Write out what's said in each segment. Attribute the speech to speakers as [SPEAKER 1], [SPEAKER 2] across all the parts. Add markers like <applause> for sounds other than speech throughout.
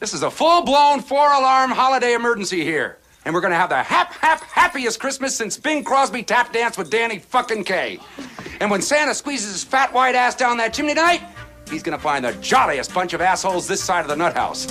[SPEAKER 1] This is a full blown four alarm holiday emergency here. And we're gonna have the hap hap happiest Christmas since Bing Crosby tap danced with Danny fucking K. And when Santa squeezes his fat white ass down that chimney tonight, he's gonna find the jolliest bunch of assholes this side of the nut house.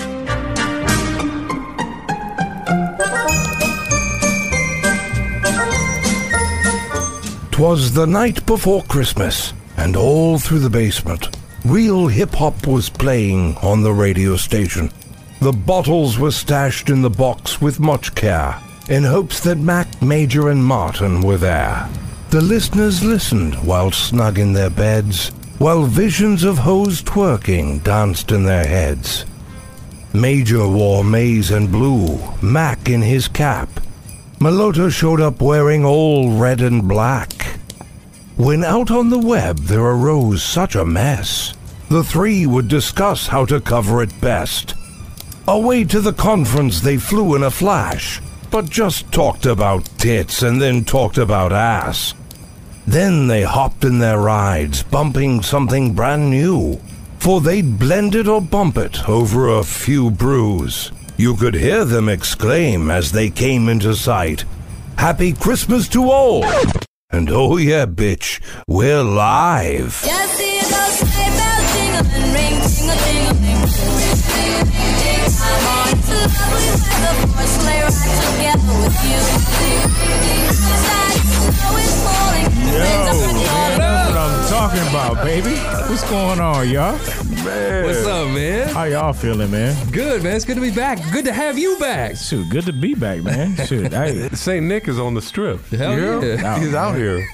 [SPEAKER 2] Twas the night before Christmas, and all through the basement, real hip hop was playing on the radio station. The bottles were stashed in the box with much care, in hopes that Mac, Major, and Martin were there. The listeners listened while snug in their beds, while visions of hose twerking danced in their heads. Major wore maize and blue, Mac in his cap. Maloto showed up wearing all red and black. When out on the web there arose such a mess, the three would discuss how to cover it best. Away to the conference they flew in a flash, but just talked about tits and then talked about ass. Then they hopped in their rides, bumping something brand new. For they'd blend it or bump it over a few brews. You could hear them exclaim as they came into sight, Happy Christmas to all! And oh yeah, bitch, we're live!
[SPEAKER 3] Just hear those sleigh bells jingle and ring, jingle, jingle, ring, jingle, ring, jingle, ring, jingle. I'm on it's a lovely weather for a sleigh ride together with you. Outside, snow is falling,
[SPEAKER 4] Yo,
[SPEAKER 3] friends are
[SPEAKER 4] man,
[SPEAKER 3] calling.
[SPEAKER 4] that's what I'm talking about, baby. What's going on, y'all?
[SPEAKER 5] What's up, man?
[SPEAKER 4] How y'all feeling, man?
[SPEAKER 5] Good, man. It's good to be back. Good to have you back.
[SPEAKER 4] Shoot, good to be back, man. Shoot, hey,
[SPEAKER 6] St. Nick is on the strip.
[SPEAKER 5] Hell
[SPEAKER 6] You hear?
[SPEAKER 5] yeah.
[SPEAKER 6] He's out here.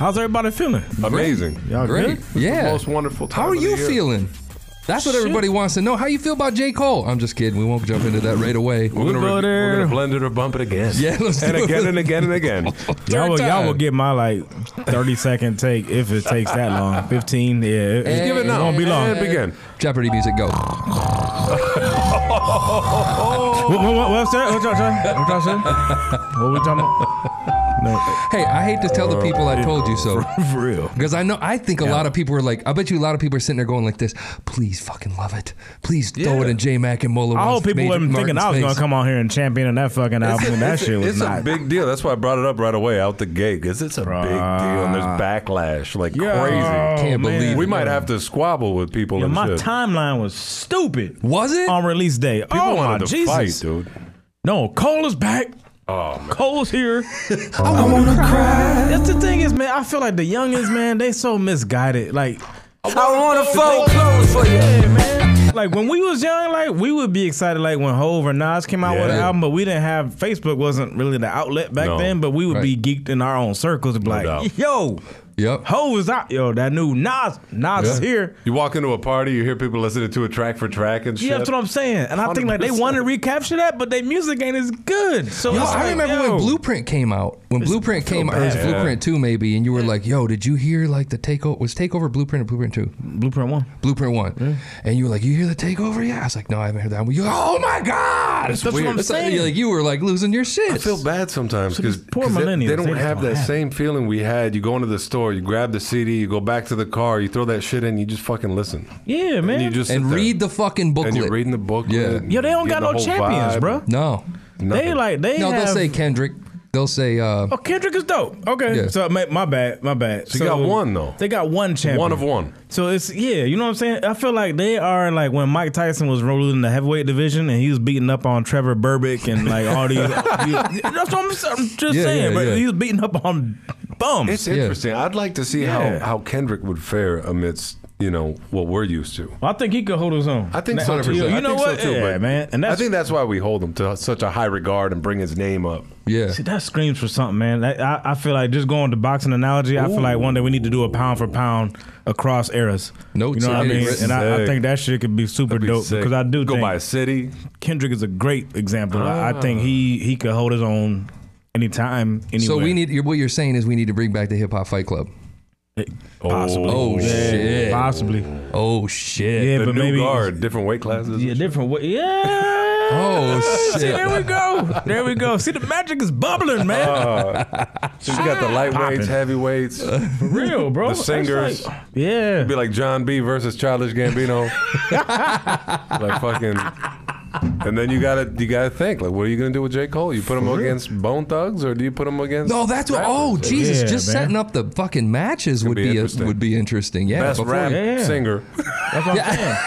[SPEAKER 4] how's everybody feeling?
[SPEAKER 6] Amazing.
[SPEAKER 4] Y'all
[SPEAKER 5] Great.
[SPEAKER 4] good?
[SPEAKER 5] Yeah.
[SPEAKER 6] Most wonderful time.
[SPEAKER 5] How are
[SPEAKER 6] of the
[SPEAKER 5] you
[SPEAKER 6] year.
[SPEAKER 5] feeling? That's what everybody wants to know. How you feel about J. Cole? I'm just kidding. We won't jump into that right away.
[SPEAKER 6] We're gonna,
[SPEAKER 4] We'll go
[SPEAKER 6] re-
[SPEAKER 4] there.
[SPEAKER 6] we're gonna blend it or bump it again.
[SPEAKER 5] Yeah, let's
[SPEAKER 6] and
[SPEAKER 5] do it.
[SPEAKER 6] again and again and again.
[SPEAKER 4] Y'all will,
[SPEAKER 5] Third
[SPEAKER 4] y'all will
[SPEAKER 5] time.
[SPEAKER 4] get my like 30 second take if it takes that
[SPEAKER 6] <laughs>
[SPEAKER 4] long. 15, yeah. It, it,
[SPEAKER 5] Give it now.
[SPEAKER 4] won't be long.
[SPEAKER 6] And begin.
[SPEAKER 5] Jeopardy music, go.
[SPEAKER 4] What, what, what, what's that? What y'all saying? What y'all saying? What we talking about?
[SPEAKER 6] <laughs>
[SPEAKER 4] No,
[SPEAKER 5] Hey, I hate to tell the people I told you so.
[SPEAKER 4] for real.
[SPEAKER 5] Because I know, I think a lot of people are like, I bet you a lot of people are sitting there going like this, please fucking love it. Please throw it in J. Mac and Mola.
[SPEAKER 4] I hope
[SPEAKER 5] One's
[SPEAKER 4] people
[SPEAKER 5] Major
[SPEAKER 4] wasn't thinking
[SPEAKER 5] Martin's
[SPEAKER 4] I was going
[SPEAKER 5] face.
[SPEAKER 4] to come on here and champion on that fucking album. That shit was
[SPEAKER 6] it's a
[SPEAKER 4] not.
[SPEAKER 6] big deal. That's why I brought it up right away out the gate. Cause it's a big deal and there's backlash like crazy.
[SPEAKER 5] Can't
[SPEAKER 4] man.
[SPEAKER 5] believe
[SPEAKER 6] We might have to squabble with people
[SPEAKER 4] Yeah,
[SPEAKER 6] and
[SPEAKER 4] my
[SPEAKER 6] shit.
[SPEAKER 4] timeline was stupid
[SPEAKER 5] Was it?
[SPEAKER 4] on release day.
[SPEAKER 6] People
[SPEAKER 4] oh my
[SPEAKER 6] wanted to
[SPEAKER 4] Jesus!
[SPEAKER 6] fight, dude.
[SPEAKER 4] No, Cole is back.
[SPEAKER 6] Oh man.
[SPEAKER 5] <laughs>
[SPEAKER 4] Cole's here. I wanna cry. That's the thing is, man. I feel like the youngins, man, they so misguided. Like
[SPEAKER 7] I wanna fold clothes for you.
[SPEAKER 4] yeah, man. Like when we was young, like we would be excited, like when Hove or Nas came out with an
[SPEAKER 6] Yeah.
[SPEAKER 4] album, but we didn't have Facebook wasn't really the outlet back
[SPEAKER 6] No.
[SPEAKER 4] then. But we would be geeked in our own circles, and be like,
[SPEAKER 6] doubt.
[SPEAKER 4] yo,
[SPEAKER 5] Yep.
[SPEAKER 4] Hove is out, yo, that new Nas, Nas is here.
[SPEAKER 6] You walk into a party, you hear people listening to it track for track and shit.
[SPEAKER 4] Yeah, that's what I'm saying. And I think like they want to recapture that, but their music ain't as good. So
[SPEAKER 5] Yo,
[SPEAKER 4] it's
[SPEAKER 5] I
[SPEAKER 4] like,
[SPEAKER 5] remember
[SPEAKER 4] yo.
[SPEAKER 5] when Blueprint came out. When Blueprint came out, or it was
[SPEAKER 4] bad.
[SPEAKER 5] Blueprint 2 maybe, and you were like, yo, did you hear like the takeover? Was Takeover Blueprint or Blueprint 2?
[SPEAKER 4] Blueprint One.
[SPEAKER 5] Blueprint 1. And you were like, you hear the takeover? Yeah. I was like, no, I haven't heard that one. You're like, oh my God. It's
[SPEAKER 4] That's what I'm
[SPEAKER 5] It's like-
[SPEAKER 4] saying.
[SPEAKER 5] like, you were like losing your shit.
[SPEAKER 6] I feel bad sometimes
[SPEAKER 4] So these
[SPEAKER 6] because
[SPEAKER 4] poor
[SPEAKER 6] they,
[SPEAKER 4] millennials,
[SPEAKER 6] they don't
[SPEAKER 4] they
[SPEAKER 6] have
[SPEAKER 4] don't
[SPEAKER 6] that
[SPEAKER 4] have
[SPEAKER 6] same feeling we had. You go into the store, you grab the CD, you go back to the car, you throw that shit in, you just fucking listen.
[SPEAKER 4] Yeah, man.
[SPEAKER 6] And you just
[SPEAKER 5] and
[SPEAKER 6] sit there.
[SPEAKER 5] read the fucking booklet.
[SPEAKER 6] and you're reading the booklet.
[SPEAKER 5] Yeah.
[SPEAKER 4] Yo, they don't
[SPEAKER 6] getting the
[SPEAKER 4] got no
[SPEAKER 6] whole
[SPEAKER 4] champions,
[SPEAKER 6] vibe.
[SPEAKER 4] bro.
[SPEAKER 5] no.
[SPEAKER 4] They
[SPEAKER 6] Nothing.
[SPEAKER 4] like they
[SPEAKER 5] No,
[SPEAKER 4] have.
[SPEAKER 5] they'll say Kendrick. They'll say, uh,
[SPEAKER 4] oh, Kendrick is dope. Okay,
[SPEAKER 5] Yeah.
[SPEAKER 4] so my, my bad, my bad.
[SPEAKER 6] So you got one, though.
[SPEAKER 4] They got one champion.
[SPEAKER 6] One of one.
[SPEAKER 4] So it's yeah, you know what I'm saying. I feel like they are like when Mike Tyson was rolling in the heavyweight division and he was beating up on Trevor Burbick and like all
[SPEAKER 6] <laughs>
[SPEAKER 4] these. that's what I'm, I'm just
[SPEAKER 5] Yeah,
[SPEAKER 4] saying,
[SPEAKER 5] yeah,
[SPEAKER 4] but
[SPEAKER 5] yeah.
[SPEAKER 4] he was beating up on bums.
[SPEAKER 6] It's interesting. I'd like to see
[SPEAKER 4] Yeah.
[SPEAKER 6] how, how Kendrick would fare amidst you know what we're used to.
[SPEAKER 4] I think he could hold his own.
[SPEAKER 6] I think
[SPEAKER 4] Now,
[SPEAKER 6] so too.
[SPEAKER 4] You,
[SPEAKER 6] I
[SPEAKER 4] you know
[SPEAKER 6] think
[SPEAKER 4] what?
[SPEAKER 6] So too,
[SPEAKER 4] yeah,
[SPEAKER 6] but
[SPEAKER 4] man. And that's
[SPEAKER 6] I think that's why we hold him to such a high regard and bring his name up.
[SPEAKER 5] yeah.
[SPEAKER 4] See, that screams for something, man. That- I, I feel like just going to boxing analogy. I feel like one day we need to do a pound for pound across eras.
[SPEAKER 5] Notes
[SPEAKER 4] you know what I
[SPEAKER 5] already
[SPEAKER 4] mean?
[SPEAKER 5] written.
[SPEAKER 4] And I, I
[SPEAKER 6] Sick.
[SPEAKER 4] think that shit could be super
[SPEAKER 6] Be
[SPEAKER 4] dope
[SPEAKER 6] sick.
[SPEAKER 4] because I do
[SPEAKER 6] go
[SPEAKER 4] think
[SPEAKER 6] by a city.
[SPEAKER 4] Kendrick is a great example. I, I think he
[SPEAKER 6] Ah.
[SPEAKER 4] he could hold his own anytime, anywhere.
[SPEAKER 5] So we need, you're- what you're saying is we need to bring back the Hip Hop Fight Club.
[SPEAKER 4] possibly,
[SPEAKER 5] Oh, shit.
[SPEAKER 4] possibly,
[SPEAKER 5] Oh, shit.
[SPEAKER 4] yeah,
[SPEAKER 6] The
[SPEAKER 4] but
[SPEAKER 6] new
[SPEAKER 4] maybe
[SPEAKER 6] guard, different weight classes.
[SPEAKER 4] yeah, different way, yeah.
[SPEAKER 5] Oh,
[SPEAKER 4] <laughs> See,
[SPEAKER 5] shit.
[SPEAKER 4] there we go, there we go. See, the magic is bubbling, man.
[SPEAKER 6] Ah. So you got the lightweights,
[SPEAKER 4] Poppin'.
[SPEAKER 6] heavyweights.
[SPEAKER 4] for real, bro.
[SPEAKER 6] The
[SPEAKER 4] That's
[SPEAKER 6] singers.
[SPEAKER 4] like- yeah,
[SPEAKER 5] <laughs>
[SPEAKER 6] Be like John B versus Childish Gambino. like fucking and then you gotta you gotta think like, what are you gonna do with J Cole? You put him against Bone Thugs, or do you put him against?
[SPEAKER 5] No, that's what.
[SPEAKER 6] rappers?
[SPEAKER 5] Oh, Jesus!
[SPEAKER 4] Yeah,
[SPEAKER 5] just
[SPEAKER 4] man.
[SPEAKER 5] setting up the fucking matches would
[SPEAKER 6] be
[SPEAKER 5] be, a,
[SPEAKER 6] interesting.
[SPEAKER 5] would be interesting. Yeah,
[SPEAKER 6] best
[SPEAKER 5] before-
[SPEAKER 6] rap
[SPEAKER 4] Yeah, yeah.
[SPEAKER 6] singer.
[SPEAKER 4] That's what I'm saying.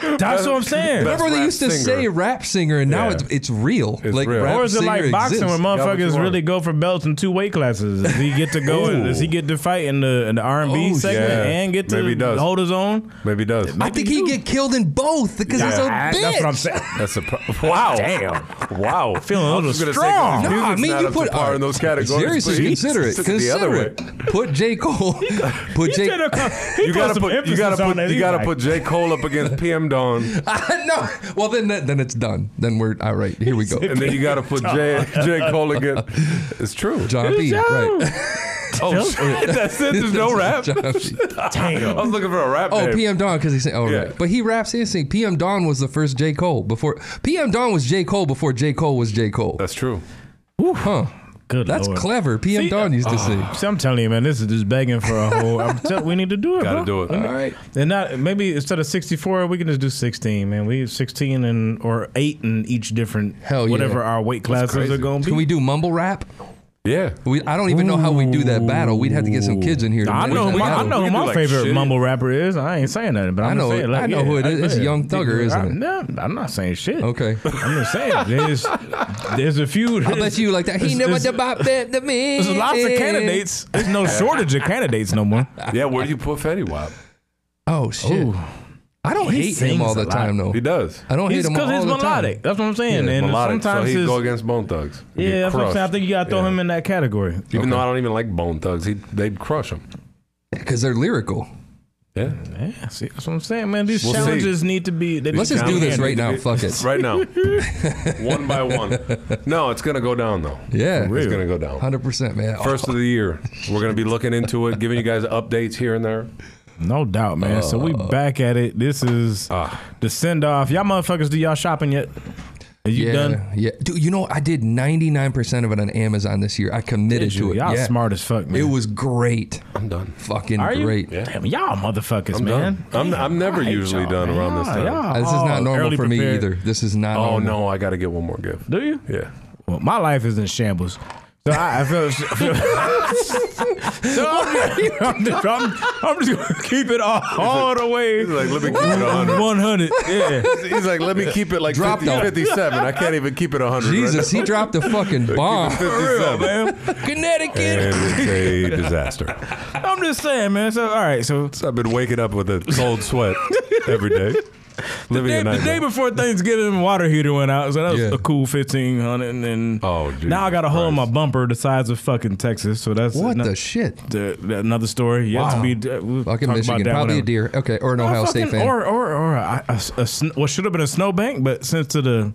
[SPEAKER 4] <laughs> That's what I'm saying.
[SPEAKER 6] Best
[SPEAKER 5] Remember they
[SPEAKER 6] rap
[SPEAKER 5] used to
[SPEAKER 6] singer.
[SPEAKER 5] say rap singer, and now
[SPEAKER 6] Yeah.
[SPEAKER 5] it's it's real.
[SPEAKER 6] It's
[SPEAKER 5] like
[SPEAKER 6] real.
[SPEAKER 5] rap
[SPEAKER 4] Or is it
[SPEAKER 5] singer
[SPEAKER 4] like boxing
[SPEAKER 5] exists.
[SPEAKER 4] where
[SPEAKER 6] Yeah, but
[SPEAKER 4] motherfuckers
[SPEAKER 6] you are.
[SPEAKER 4] really go for belts in two weight classes? Does he get to go? and, does he get to fight in the in the R and B
[SPEAKER 5] Oh,
[SPEAKER 4] segment
[SPEAKER 6] yeah.
[SPEAKER 4] and get to
[SPEAKER 6] Maybe he does.
[SPEAKER 4] hold his own?
[SPEAKER 6] Maybe he does.
[SPEAKER 5] I think he'd get killed in both because he's a
[SPEAKER 4] I-
[SPEAKER 5] bitch.
[SPEAKER 4] that's what
[SPEAKER 6] <laughs>
[SPEAKER 4] I'm saying.
[SPEAKER 6] That's a
[SPEAKER 5] <laughs>
[SPEAKER 6] pro- wow. Damn. Wow.
[SPEAKER 4] Feeling a
[SPEAKER 6] I was
[SPEAKER 4] little
[SPEAKER 6] just gonna say,
[SPEAKER 4] strong.
[SPEAKER 5] No, I
[SPEAKER 6] music's
[SPEAKER 5] mean
[SPEAKER 6] not
[SPEAKER 5] you
[SPEAKER 6] up to
[SPEAKER 5] put uh,
[SPEAKER 6] par in those categories.
[SPEAKER 5] Seriously,
[SPEAKER 6] please.
[SPEAKER 5] consider it.
[SPEAKER 6] It's the other
[SPEAKER 5] Consider
[SPEAKER 6] way.
[SPEAKER 5] it. Put
[SPEAKER 6] <laughs>
[SPEAKER 5] J Cole. Put J. <laughs>
[SPEAKER 4] He
[SPEAKER 5] no,
[SPEAKER 6] You gotta put you gotta put you gotta
[SPEAKER 4] like,
[SPEAKER 6] put J Cole up against PM Dawn,
[SPEAKER 5] well then that, then it's done. Then we're all right. Here we
[SPEAKER 6] <laughs>
[SPEAKER 5] go.
[SPEAKER 6] and then you gotta put J <laughs> J Cole against. It's true.
[SPEAKER 5] John B. Right.
[SPEAKER 6] Oh,
[SPEAKER 4] <laughs>
[SPEAKER 6] shit. that's it. There's no rap.
[SPEAKER 5] <laughs> John B.
[SPEAKER 6] I was looking for a rap.
[SPEAKER 5] Oh,
[SPEAKER 6] name.
[SPEAKER 5] PM Dawn because he sang. Oh,
[SPEAKER 6] Yeah.
[SPEAKER 5] right. But he raps his thing. PM Dawn was the first J Cole before PM Dawn was J Cole before J Cole was J Cole.
[SPEAKER 6] That's true.
[SPEAKER 5] huh.
[SPEAKER 4] Good
[SPEAKER 5] That's
[SPEAKER 4] Oh, Lord.
[SPEAKER 5] clever. PM
[SPEAKER 4] See, uh,
[SPEAKER 5] Dawn used to sing.
[SPEAKER 4] See, I'm telling you, man, this is just begging for a whole. I'm tell, we need to do it.
[SPEAKER 6] Gotta
[SPEAKER 4] bro.
[SPEAKER 6] do it.
[SPEAKER 4] We need-
[SPEAKER 6] All right.
[SPEAKER 4] And not maybe instead of 64, we can just do 16, man. We have 16 and or eight in each different
[SPEAKER 5] Hell yeah.
[SPEAKER 4] whatever our weight classes
[SPEAKER 6] crazy.
[SPEAKER 4] are going to
[SPEAKER 5] Can
[SPEAKER 4] be.
[SPEAKER 5] we do mumble rap?
[SPEAKER 6] Yeah.
[SPEAKER 5] We, I don't even know how we do that battle. We'd have to get some kids in here. To
[SPEAKER 4] I
[SPEAKER 5] manage
[SPEAKER 4] know,
[SPEAKER 5] that
[SPEAKER 4] who my, I
[SPEAKER 5] battle.
[SPEAKER 4] know who
[SPEAKER 6] We can
[SPEAKER 4] my
[SPEAKER 6] do, like,
[SPEAKER 4] favorite
[SPEAKER 6] shit.
[SPEAKER 4] mumble rapper is. I ain't saying nothing, but I'm
[SPEAKER 5] I
[SPEAKER 4] just
[SPEAKER 5] know-
[SPEAKER 4] saying, like,
[SPEAKER 5] I know
[SPEAKER 4] yeah,
[SPEAKER 5] who it is. It's
[SPEAKER 4] yeah.
[SPEAKER 5] Young Thugger, isn't it?
[SPEAKER 4] No, I'm not saying shit.
[SPEAKER 5] Okay.
[SPEAKER 4] <laughs> I'm
[SPEAKER 5] <laughs>
[SPEAKER 4] just saying there's there's a few.
[SPEAKER 5] I bet you like that. He never
[SPEAKER 4] There's,
[SPEAKER 5] about that to me.
[SPEAKER 4] there's lots of candidates. There's no shortage of candidates
[SPEAKER 5] <laughs>
[SPEAKER 4] no more.
[SPEAKER 6] Yeah. Where do you put Fetty Wap?
[SPEAKER 5] Oh shit. I don't
[SPEAKER 4] He
[SPEAKER 5] hate him all
[SPEAKER 4] sings a
[SPEAKER 5] the
[SPEAKER 4] lot.
[SPEAKER 5] time though.
[SPEAKER 6] He does.
[SPEAKER 5] I don't hate
[SPEAKER 4] It's
[SPEAKER 5] him all
[SPEAKER 4] because
[SPEAKER 5] the
[SPEAKER 4] he's
[SPEAKER 5] time.
[SPEAKER 4] melodic. That's what I'm saying. and
[SPEAKER 6] Melodic, so
[SPEAKER 4] sometimes
[SPEAKER 6] he'd
[SPEAKER 4] it's,
[SPEAKER 6] go against Bone Thugs. He'd get
[SPEAKER 4] yeah, that's what I'm saying. I
[SPEAKER 6] crushed.
[SPEAKER 4] think you got to throw
[SPEAKER 6] Yeah.
[SPEAKER 4] him in that category.
[SPEAKER 6] Even though I don't even like Bone Thugs, he they'd crush him.
[SPEAKER 5] Because they're lyrical.
[SPEAKER 6] Yeah.
[SPEAKER 4] Yeah, see, that's what I'm saying, man. These
[SPEAKER 6] We'll see.
[SPEAKER 4] challenges need to be. they
[SPEAKER 5] Let's
[SPEAKER 4] need
[SPEAKER 5] just
[SPEAKER 4] to
[SPEAKER 5] do
[SPEAKER 4] be
[SPEAKER 5] this right
[SPEAKER 4] handled.
[SPEAKER 5] now. Fuck it.
[SPEAKER 6] Right
[SPEAKER 5] <laughs>
[SPEAKER 6] now, one by one. No, it's gonna go down though.
[SPEAKER 5] Yeah.
[SPEAKER 6] It's gonna go down.
[SPEAKER 5] Hundred percent, man. Oh,
[SPEAKER 6] First of the year, we're gonna be looking into it, giving you guys updates here and there.
[SPEAKER 4] No doubt, man. so we
[SPEAKER 5] Uh,
[SPEAKER 4] back at it. This is
[SPEAKER 6] Ah,
[SPEAKER 4] the send off. Y'all motherfuckers, do y'all shopping yet? Are you
[SPEAKER 5] yeah,
[SPEAKER 4] done?
[SPEAKER 5] yeah. Dude, you know I did ninety nine percent of it on Amazon this year. I committed to it.
[SPEAKER 4] Y'all
[SPEAKER 5] yeah.
[SPEAKER 4] smart as fuck, man.
[SPEAKER 5] It was great.
[SPEAKER 6] I'm done.
[SPEAKER 5] Fucking
[SPEAKER 4] Are you?
[SPEAKER 5] great.
[SPEAKER 4] Damn, y'all motherfuckers,
[SPEAKER 6] I'm
[SPEAKER 4] man.
[SPEAKER 6] done. I'm, I'm never
[SPEAKER 4] hate
[SPEAKER 6] usually
[SPEAKER 4] y'all,
[SPEAKER 6] done
[SPEAKER 4] man.
[SPEAKER 6] around this
[SPEAKER 4] Y'all-
[SPEAKER 6] time.
[SPEAKER 4] y'all-
[SPEAKER 5] This is not
[SPEAKER 4] Oh,
[SPEAKER 5] normal
[SPEAKER 4] early
[SPEAKER 5] for me
[SPEAKER 4] prepared.
[SPEAKER 5] either. This is not
[SPEAKER 6] Oh
[SPEAKER 5] normal.
[SPEAKER 6] no, I gotta get one more gift.
[SPEAKER 4] Do you?
[SPEAKER 6] Yeah.
[SPEAKER 4] Well, my life is in shambles. So I, I feel.
[SPEAKER 5] <laughs>
[SPEAKER 4] <laughs> I feel so I'm, I'm, just, I'm, I'm just gonna keep it all, all the way
[SPEAKER 6] He's like, let me keep it 100.
[SPEAKER 4] 100. Yeah.
[SPEAKER 6] He's like, let me keep it like
[SPEAKER 5] Drop
[SPEAKER 6] 50,
[SPEAKER 5] down.
[SPEAKER 6] 57. I can't even keep it 100.
[SPEAKER 5] Jesus, he dropped a fucking
[SPEAKER 4] <laughs>
[SPEAKER 5] bomb.
[SPEAKER 6] Right now. 57.
[SPEAKER 5] Connecticut.
[SPEAKER 6] And it's <laughs> a disaster.
[SPEAKER 4] I'm just saying, man. So all right, so
[SPEAKER 6] So I've been waking up with a cold sweat every <laughs> day, living
[SPEAKER 4] day,
[SPEAKER 6] a
[SPEAKER 4] the
[SPEAKER 6] nightmare.
[SPEAKER 4] day before Thanksgiving, my water heater went out, so that was
[SPEAKER 5] Yeah.
[SPEAKER 4] a cool fifteen hundred. And then
[SPEAKER 6] Oh, Jesus
[SPEAKER 4] now I got a hole in my
[SPEAKER 6] Christ.
[SPEAKER 4] bumper the size of fucking Texas. So that's
[SPEAKER 5] What
[SPEAKER 4] ano-
[SPEAKER 5] the shit?
[SPEAKER 4] the- that- another story. Yet to
[SPEAKER 5] Wow.
[SPEAKER 4] be d- we'll talk
[SPEAKER 5] Fucking
[SPEAKER 4] about
[SPEAKER 5] Michigan.
[SPEAKER 4] that
[SPEAKER 5] Probably
[SPEAKER 4] whenever.
[SPEAKER 5] a deer. Okay, or an
[SPEAKER 4] Or
[SPEAKER 5] Ohio State
[SPEAKER 4] fucking-
[SPEAKER 5] fan.
[SPEAKER 4] or or or a, a, a sn- what should have been a snowbank, but since to the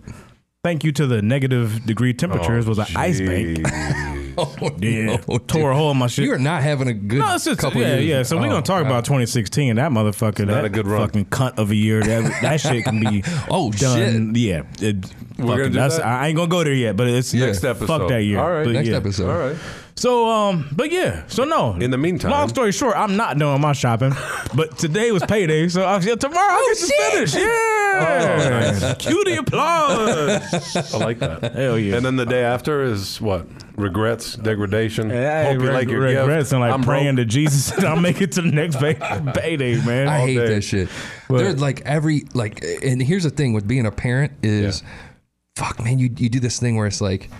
[SPEAKER 4] thank you to the negative degree temperatures was an ice bank.
[SPEAKER 6] bank.
[SPEAKER 5] <laughs> <laughs> Oh,
[SPEAKER 4] Yeah,
[SPEAKER 5] no,
[SPEAKER 4] tore a
[SPEAKER 5] dude.
[SPEAKER 4] hole in my shit.
[SPEAKER 5] You are not having a good
[SPEAKER 4] No, it's just
[SPEAKER 5] couple
[SPEAKER 4] yeah,
[SPEAKER 5] years.
[SPEAKER 4] yeah. So we're
[SPEAKER 5] Oh,
[SPEAKER 4] gonna talk
[SPEAKER 5] God.
[SPEAKER 4] about 2016. That motherfucker, that
[SPEAKER 6] a good run.
[SPEAKER 4] fucking cunt of a year. That, that shit
[SPEAKER 6] <laughs>
[SPEAKER 4] can be
[SPEAKER 5] Oh,
[SPEAKER 4] done. Yeah,
[SPEAKER 6] We're
[SPEAKER 4] it,
[SPEAKER 6] gonna
[SPEAKER 4] fucking-
[SPEAKER 6] do
[SPEAKER 4] that's-
[SPEAKER 6] that?
[SPEAKER 4] I ain't gonna go there yet, but it's
[SPEAKER 6] Next episode.
[SPEAKER 4] Fuck that year.
[SPEAKER 6] All right.
[SPEAKER 4] But
[SPEAKER 5] next
[SPEAKER 4] yeah.
[SPEAKER 5] episode.
[SPEAKER 6] All right.
[SPEAKER 4] So um, but yeah. So no.
[SPEAKER 6] In the meantime-
[SPEAKER 4] long story short, I'm not doing my shopping. but today was payday, so I, yeah, tomorrow I
[SPEAKER 6] Oh,
[SPEAKER 4] get to finish. Yeah. Cue the applause.
[SPEAKER 6] I like that.
[SPEAKER 4] Hell yeah.
[SPEAKER 6] And then the day after is what? Regrets, degradation.
[SPEAKER 4] Yeah,
[SPEAKER 6] Hope you like your gift.
[SPEAKER 4] regrets and like
[SPEAKER 6] I'm
[SPEAKER 4] praying
[SPEAKER 6] broke.
[SPEAKER 4] to Jesus that I'll make it to the next pay- payday, man.
[SPEAKER 5] I
[SPEAKER 4] All
[SPEAKER 5] hate
[SPEAKER 4] day.
[SPEAKER 5] that shit. They're like every like, and here's the thing with being a parent is, fuck man, you you do this thing where it's like.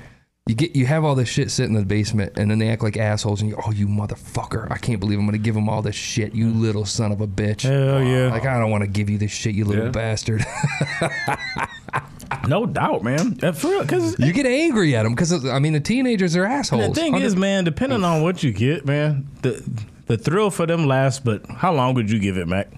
[SPEAKER 5] You get you have all this shit sitting in the basement, and then they act like assholes, and you oh you motherfucker! I can't believe I'm gonna give them all this shit, you little son of a bitch!
[SPEAKER 4] Hell yeah.
[SPEAKER 5] Like I don't want to give you this shit, you little
[SPEAKER 6] Yeah.
[SPEAKER 5] bastard. <laughs>
[SPEAKER 4] No doubt, man. Uh, For real, because
[SPEAKER 5] you get angry at them because I mean the teenagers are assholes.
[SPEAKER 4] the thing is, man, depending on what you get, man, the the thrill for them lasts. But how long would you give it, Mac?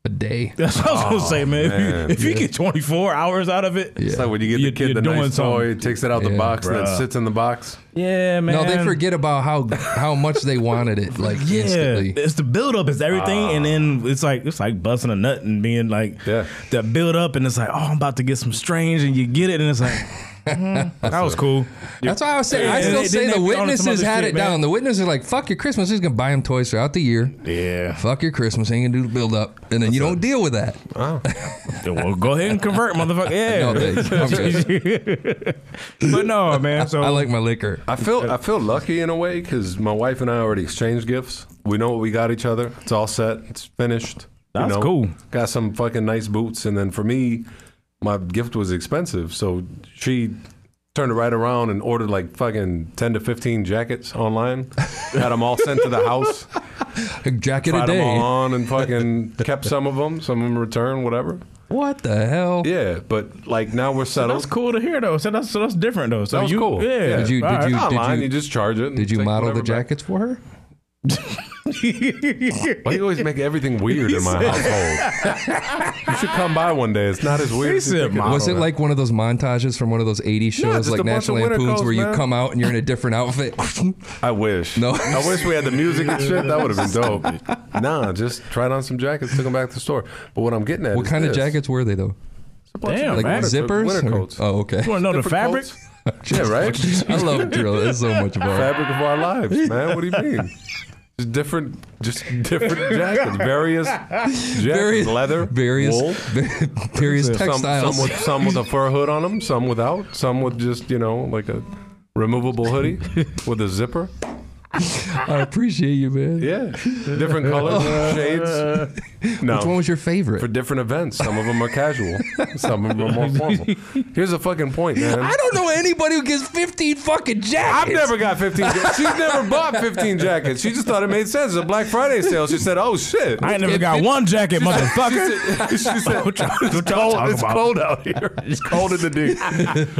[SPEAKER 4] <laughs>
[SPEAKER 5] a day.
[SPEAKER 4] That's what I
[SPEAKER 5] Oh,
[SPEAKER 4] was gonna say, man.
[SPEAKER 6] man.
[SPEAKER 4] If you, if you get twenty four hours out of it, yeah,
[SPEAKER 6] It's like when you get
[SPEAKER 4] You're-
[SPEAKER 6] the kid
[SPEAKER 4] you're
[SPEAKER 6] the
[SPEAKER 4] doing
[SPEAKER 6] nice toy,
[SPEAKER 4] something.
[SPEAKER 6] takes it out the
[SPEAKER 5] Yeah.
[SPEAKER 6] box and then sits in the box.
[SPEAKER 4] man.
[SPEAKER 5] No, they forget about how how much they wanted it like
[SPEAKER 4] Yeah,
[SPEAKER 5] instantly. Ah.
[SPEAKER 4] it's the build up, it's everything, and then it's like it's like busting a nut and being like
[SPEAKER 6] Yeah.
[SPEAKER 4] that build up, and it's like oh, I'm about to get some strange, and you get it, and it's like
[SPEAKER 5] <laughs>
[SPEAKER 4] That was cool.
[SPEAKER 5] That's why I was saying I
[SPEAKER 4] Yeah,
[SPEAKER 5] still
[SPEAKER 4] they-
[SPEAKER 5] say
[SPEAKER 4] then they
[SPEAKER 5] the
[SPEAKER 4] put on some
[SPEAKER 5] witnesses
[SPEAKER 4] other
[SPEAKER 5] had it
[SPEAKER 4] shit, man.
[SPEAKER 5] down. The witnesses are like, "Fuck your Christmas." Just gonna buy them toys throughout the year.
[SPEAKER 4] Yeah.
[SPEAKER 5] Fuck your Christmas. Ain't gonna do the build up, and then you don't deal with that.
[SPEAKER 4] Well, go ahead and convert, motherfucker. Yeah.
[SPEAKER 5] <laughs> No, thanks. I'm
[SPEAKER 4] <laughs>
[SPEAKER 5] good.
[SPEAKER 4] but no, man. So
[SPEAKER 5] I
[SPEAKER 6] Oh.
[SPEAKER 5] like my liquor.
[SPEAKER 6] I feel I feel lucky in a way because my wife and I already exchanged gifts. We know what we got each other. It's all set. It's finished. You
[SPEAKER 4] That's
[SPEAKER 6] know,
[SPEAKER 4] cool.
[SPEAKER 6] Got some fucking nice boots, and then for me, my gift was expensive, so she turned it right around and ordered like fucking ten to fifteen jackets
[SPEAKER 5] <laughs>
[SPEAKER 6] online. Had them all sent to the house.
[SPEAKER 5] Jacket a
[SPEAKER 6] Tried them all
[SPEAKER 5] day.
[SPEAKER 6] on and fucking kept some of them. Some of them returned, whatever.
[SPEAKER 5] What the hell?
[SPEAKER 6] Yeah, but like now we're settled.
[SPEAKER 4] that's cool to hear, though. So that's so that's different, though. So
[SPEAKER 6] That was
[SPEAKER 4] you,
[SPEAKER 6] cool.
[SPEAKER 4] Yeah.
[SPEAKER 6] Yeah.
[SPEAKER 5] Did you?
[SPEAKER 4] All
[SPEAKER 5] Did you?
[SPEAKER 4] right.
[SPEAKER 5] Did
[SPEAKER 6] Online,
[SPEAKER 5] you?
[SPEAKER 6] you, just charge it. and
[SPEAKER 5] Did you
[SPEAKER 6] take
[SPEAKER 5] model the
[SPEAKER 6] whatever back.
[SPEAKER 5] jackets for her?
[SPEAKER 6] Why do you always make everything weird in my household? you should come by one day. It's not as weird.
[SPEAKER 4] He
[SPEAKER 6] as you
[SPEAKER 4] said
[SPEAKER 6] think it is.
[SPEAKER 4] model.
[SPEAKER 5] Was it like one of those montages from one of those 80s
[SPEAKER 6] No,
[SPEAKER 5] shows,
[SPEAKER 6] just
[SPEAKER 5] like
[SPEAKER 6] a bunch
[SPEAKER 5] National
[SPEAKER 6] of winter
[SPEAKER 5] Lampoons,
[SPEAKER 6] coats,
[SPEAKER 5] where you
[SPEAKER 6] man.
[SPEAKER 5] come out and you're in a different
[SPEAKER 6] <laughs>
[SPEAKER 5] outfit?
[SPEAKER 6] I wish.
[SPEAKER 5] No.
[SPEAKER 6] I wish we had the music and shit. That would have been
[SPEAKER 5] <laughs>
[SPEAKER 6] dope. Nah, just tried on some jackets, took them back to the store. But what I'm getting at
[SPEAKER 5] what
[SPEAKER 6] is
[SPEAKER 5] kind of
[SPEAKER 6] this.
[SPEAKER 5] jackets were they, though?
[SPEAKER 4] Damn,
[SPEAKER 5] Like
[SPEAKER 4] man.
[SPEAKER 6] Winter-
[SPEAKER 5] zippers?
[SPEAKER 6] winter
[SPEAKER 5] or-
[SPEAKER 6] coats.
[SPEAKER 5] Oh, okay. <laughs>
[SPEAKER 4] You want to know the
[SPEAKER 6] Different
[SPEAKER 4] fabric?
[SPEAKER 6] coats. Yeah, right?
[SPEAKER 5] I love drill. It's so
[SPEAKER 6] <laughs>
[SPEAKER 5] much fun.
[SPEAKER 6] Fabric of our
[SPEAKER 5] <laughs>
[SPEAKER 6] lives, man. What do you mean? Just different, just
[SPEAKER 5] <laughs>
[SPEAKER 6] different jackets, various jackets, leather,
[SPEAKER 5] various,
[SPEAKER 6] wool.
[SPEAKER 5] <laughs> various
[SPEAKER 6] Some- Some,
[SPEAKER 5] textiles.
[SPEAKER 6] with some with a fur hood on them, some without, some with just you know like a removable hoodie
[SPEAKER 5] <laughs>
[SPEAKER 6] with a zipper.
[SPEAKER 5] I appreciate you, man.
[SPEAKER 6] Yeah, <laughs> different colors, shades. No,
[SPEAKER 5] Which one was your
[SPEAKER 6] for
[SPEAKER 5] favorite?
[SPEAKER 6] different events. Some of them are casual, some of them are more formal. Here's the fucking point, man.
[SPEAKER 5] I don't know anybody who gets 15 fucking
[SPEAKER 6] I've
[SPEAKER 5] jackets.
[SPEAKER 6] never got 15 jackets. She's never bought 15 jackets. She just thought it made sense. It's a Black Friday sale. She said, oh, shit.
[SPEAKER 4] I ain't never got one jacket, motherfucker.
[SPEAKER 6] She said, <laughs> she said, it's cold, it's cold out here. It's cold in the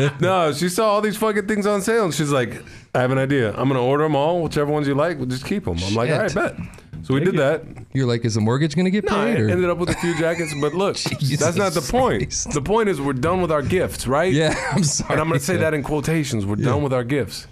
[SPEAKER 6] deep. <laughs> no, she saw all these fucking things on sale and she's like, I have an idea. I'm going to order them all. Whichever ones you like, we'll just keep them. I'm like, all right,
[SPEAKER 5] Shit.
[SPEAKER 6] bet. So we did that.
[SPEAKER 5] You're like, is the mortgage going to get
[SPEAKER 6] No, I
[SPEAKER 5] paid? or?
[SPEAKER 6] ended up with a few jackets,
[SPEAKER 5] <laughs>
[SPEAKER 6] but look, that's not the
[SPEAKER 5] Jesus
[SPEAKER 6] point.
[SPEAKER 5] Christ.
[SPEAKER 6] The point is we're done with our gifts, right?
[SPEAKER 5] <laughs> yeah, I'm sorry.
[SPEAKER 6] And I'm going to say that in quotations. We're done with our gifts.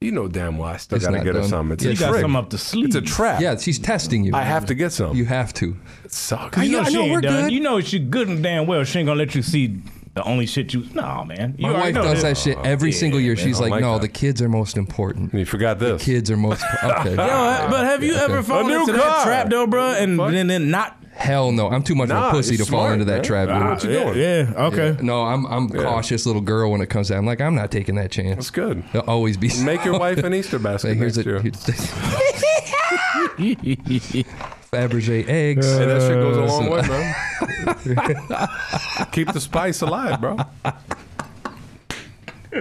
[SPEAKER 6] You know damn well I still
[SPEAKER 5] It's
[SPEAKER 6] got to
[SPEAKER 5] not
[SPEAKER 6] get her
[SPEAKER 5] done.
[SPEAKER 6] some. It's
[SPEAKER 5] You
[SPEAKER 6] a
[SPEAKER 4] You got
[SPEAKER 6] trick.
[SPEAKER 4] some up the sleeve.
[SPEAKER 6] It's a trap.
[SPEAKER 5] Yeah, she's testing you.
[SPEAKER 6] I have to get some.
[SPEAKER 5] You have to.
[SPEAKER 6] It sucks.
[SPEAKER 4] You know,
[SPEAKER 5] I
[SPEAKER 4] she
[SPEAKER 5] know
[SPEAKER 4] ain't
[SPEAKER 5] we're
[SPEAKER 4] done.
[SPEAKER 5] good.
[SPEAKER 4] You know she good and damn well she ain't gonna let you see the only shit you. No, man. You
[SPEAKER 5] My
[SPEAKER 4] already
[SPEAKER 5] wife
[SPEAKER 4] know
[SPEAKER 5] does that shit every
[SPEAKER 4] Yeah,
[SPEAKER 5] single year.
[SPEAKER 4] man,
[SPEAKER 5] She's
[SPEAKER 6] I don't
[SPEAKER 5] like,
[SPEAKER 6] like
[SPEAKER 5] no,
[SPEAKER 6] that.
[SPEAKER 5] the kids are most important.
[SPEAKER 6] You forgot this.
[SPEAKER 5] Kids
[SPEAKER 6] <laughs>
[SPEAKER 5] are most. Okay.
[SPEAKER 4] Uh, but have you ever fallen
[SPEAKER 6] new
[SPEAKER 4] into
[SPEAKER 6] car.
[SPEAKER 4] that trap though, bro? And
[SPEAKER 6] Fuck.
[SPEAKER 4] then then not.
[SPEAKER 5] Hell no, I'm too much
[SPEAKER 6] Nah,
[SPEAKER 5] of a pussy
[SPEAKER 6] you're
[SPEAKER 5] to fall
[SPEAKER 6] smart,
[SPEAKER 5] into that
[SPEAKER 6] man.
[SPEAKER 5] trap.
[SPEAKER 6] Ah,
[SPEAKER 5] dude.
[SPEAKER 6] What you yeah, doing?
[SPEAKER 4] Okay.
[SPEAKER 5] No, I'm I'm cautious little girl when it comes to. that. I'm like, I'm not taking that chance.
[SPEAKER 6] That's good.
[SPEAKER 5] I'll always be.
[SPEAKER 6] Make your wife an Easter
[SPEAKER 5] Say,
[SPEAKER 6] basket
[SPEAKER 5] here's a
[SPEAKER 6] next year.
[SPEAKER 5] here's Fabergé eggs.
[SPEAKER 6] Hey, that shit goes a long way, man. Keep the spice alive, bro.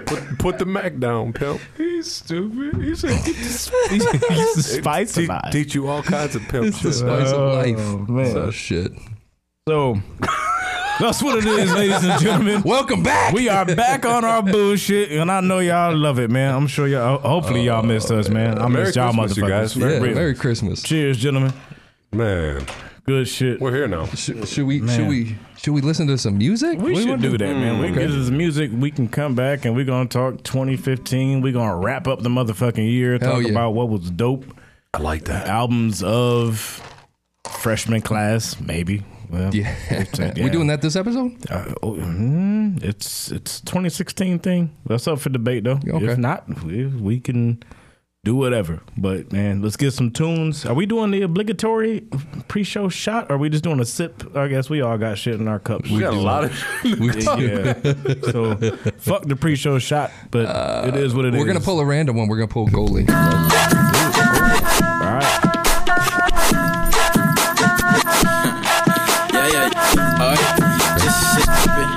[SPEAKER 6] Put, put the Mac down, pimp.
[SPEAKER 4] He's stupid. He's a, <laughs> he's the spice
[SPEAKER 6] Te- teach you all kinds of pimp
[SPEAKER 5] It's <laughs> the
[SPEAKER 6] shit.
[SPEAKER 5] spice of life.
[SPEAKER 4] Oh, man.
[SPEAKER 5] So shit.
[SPEAKER 4] So <laughs> that's what it is, ladies and gentlemen.
[SPEAKER 5] Welcome back.
[SPEAKER 4] We are back on our bullshit, and I know y'all love it, man. I'm sure y'all. Hopefully, y'all missed us, man. I
[SPEAKER 6] Merry
[SPEAKER 4] missed y'all,
[SPEAKER 6] Christmas,
[SPEAKER 4] motherfuckers.
[SPEAKER 6] you guys.
[SPEAKER 5] yeah,
[SPEAKER 4] Merry-
[SPEAKER 5] Merry Christmas. Should,
[SPEAKER 4] Cheers, gentlemen.
[SPEAKER 6] Man,
[SPEAKER 4] Good shit.
[SPEAKER 6] we're here now.
[SPEAKER 5] should we should we should we listen to some music?
[SPEAKER 4] We,
[SPEAKER 5] What
[SPEAKER 4] should
[SPEAKER 5] wanna
[SPEAKER 4] do that, man. We can get this music. We can come back and we're gonna talk 2015. We're gonna wrap up the motherfucking year.
[SPEAKER 5] Hell
[SPEAKER 4] Talk
[SPEAKER 5] yeah.
[SPEAKER 4] about what was dope
[SPEAKER 6] <laughs> I like that.
[SPEAKER 4] albums of freshman class, maybe. Well,
[SPEAKER 5] Yeah. <laughs> We doing that this episode?
[SPEAKER 4] Uh, oh, mm, it's it's 2016 thing. That's up for debate though.
[SPEAKER 5] okay.
[SPEAKER 4] If not, we, we can do whatever. But man, let's get some tunes. Are we doing the obligatory pre-show shot? Or are we just doing a sip? I guess we all got shit in our cups.
[SPEAKER 6] We got a lot of. <laughs>
[SPEAKER 5] We
[SPEAKER 4] <laughs> Yeah. so fuck the pre-show shot, but it is what it
[SPEAKER 5] We're gonna
[SPEAKER 4] is.
[SPEAKER 5] pull a random one. We're gonna pull goalie.
[SPEAKER 8] Yeah, yeah, yeah. Alright. This shit stupid.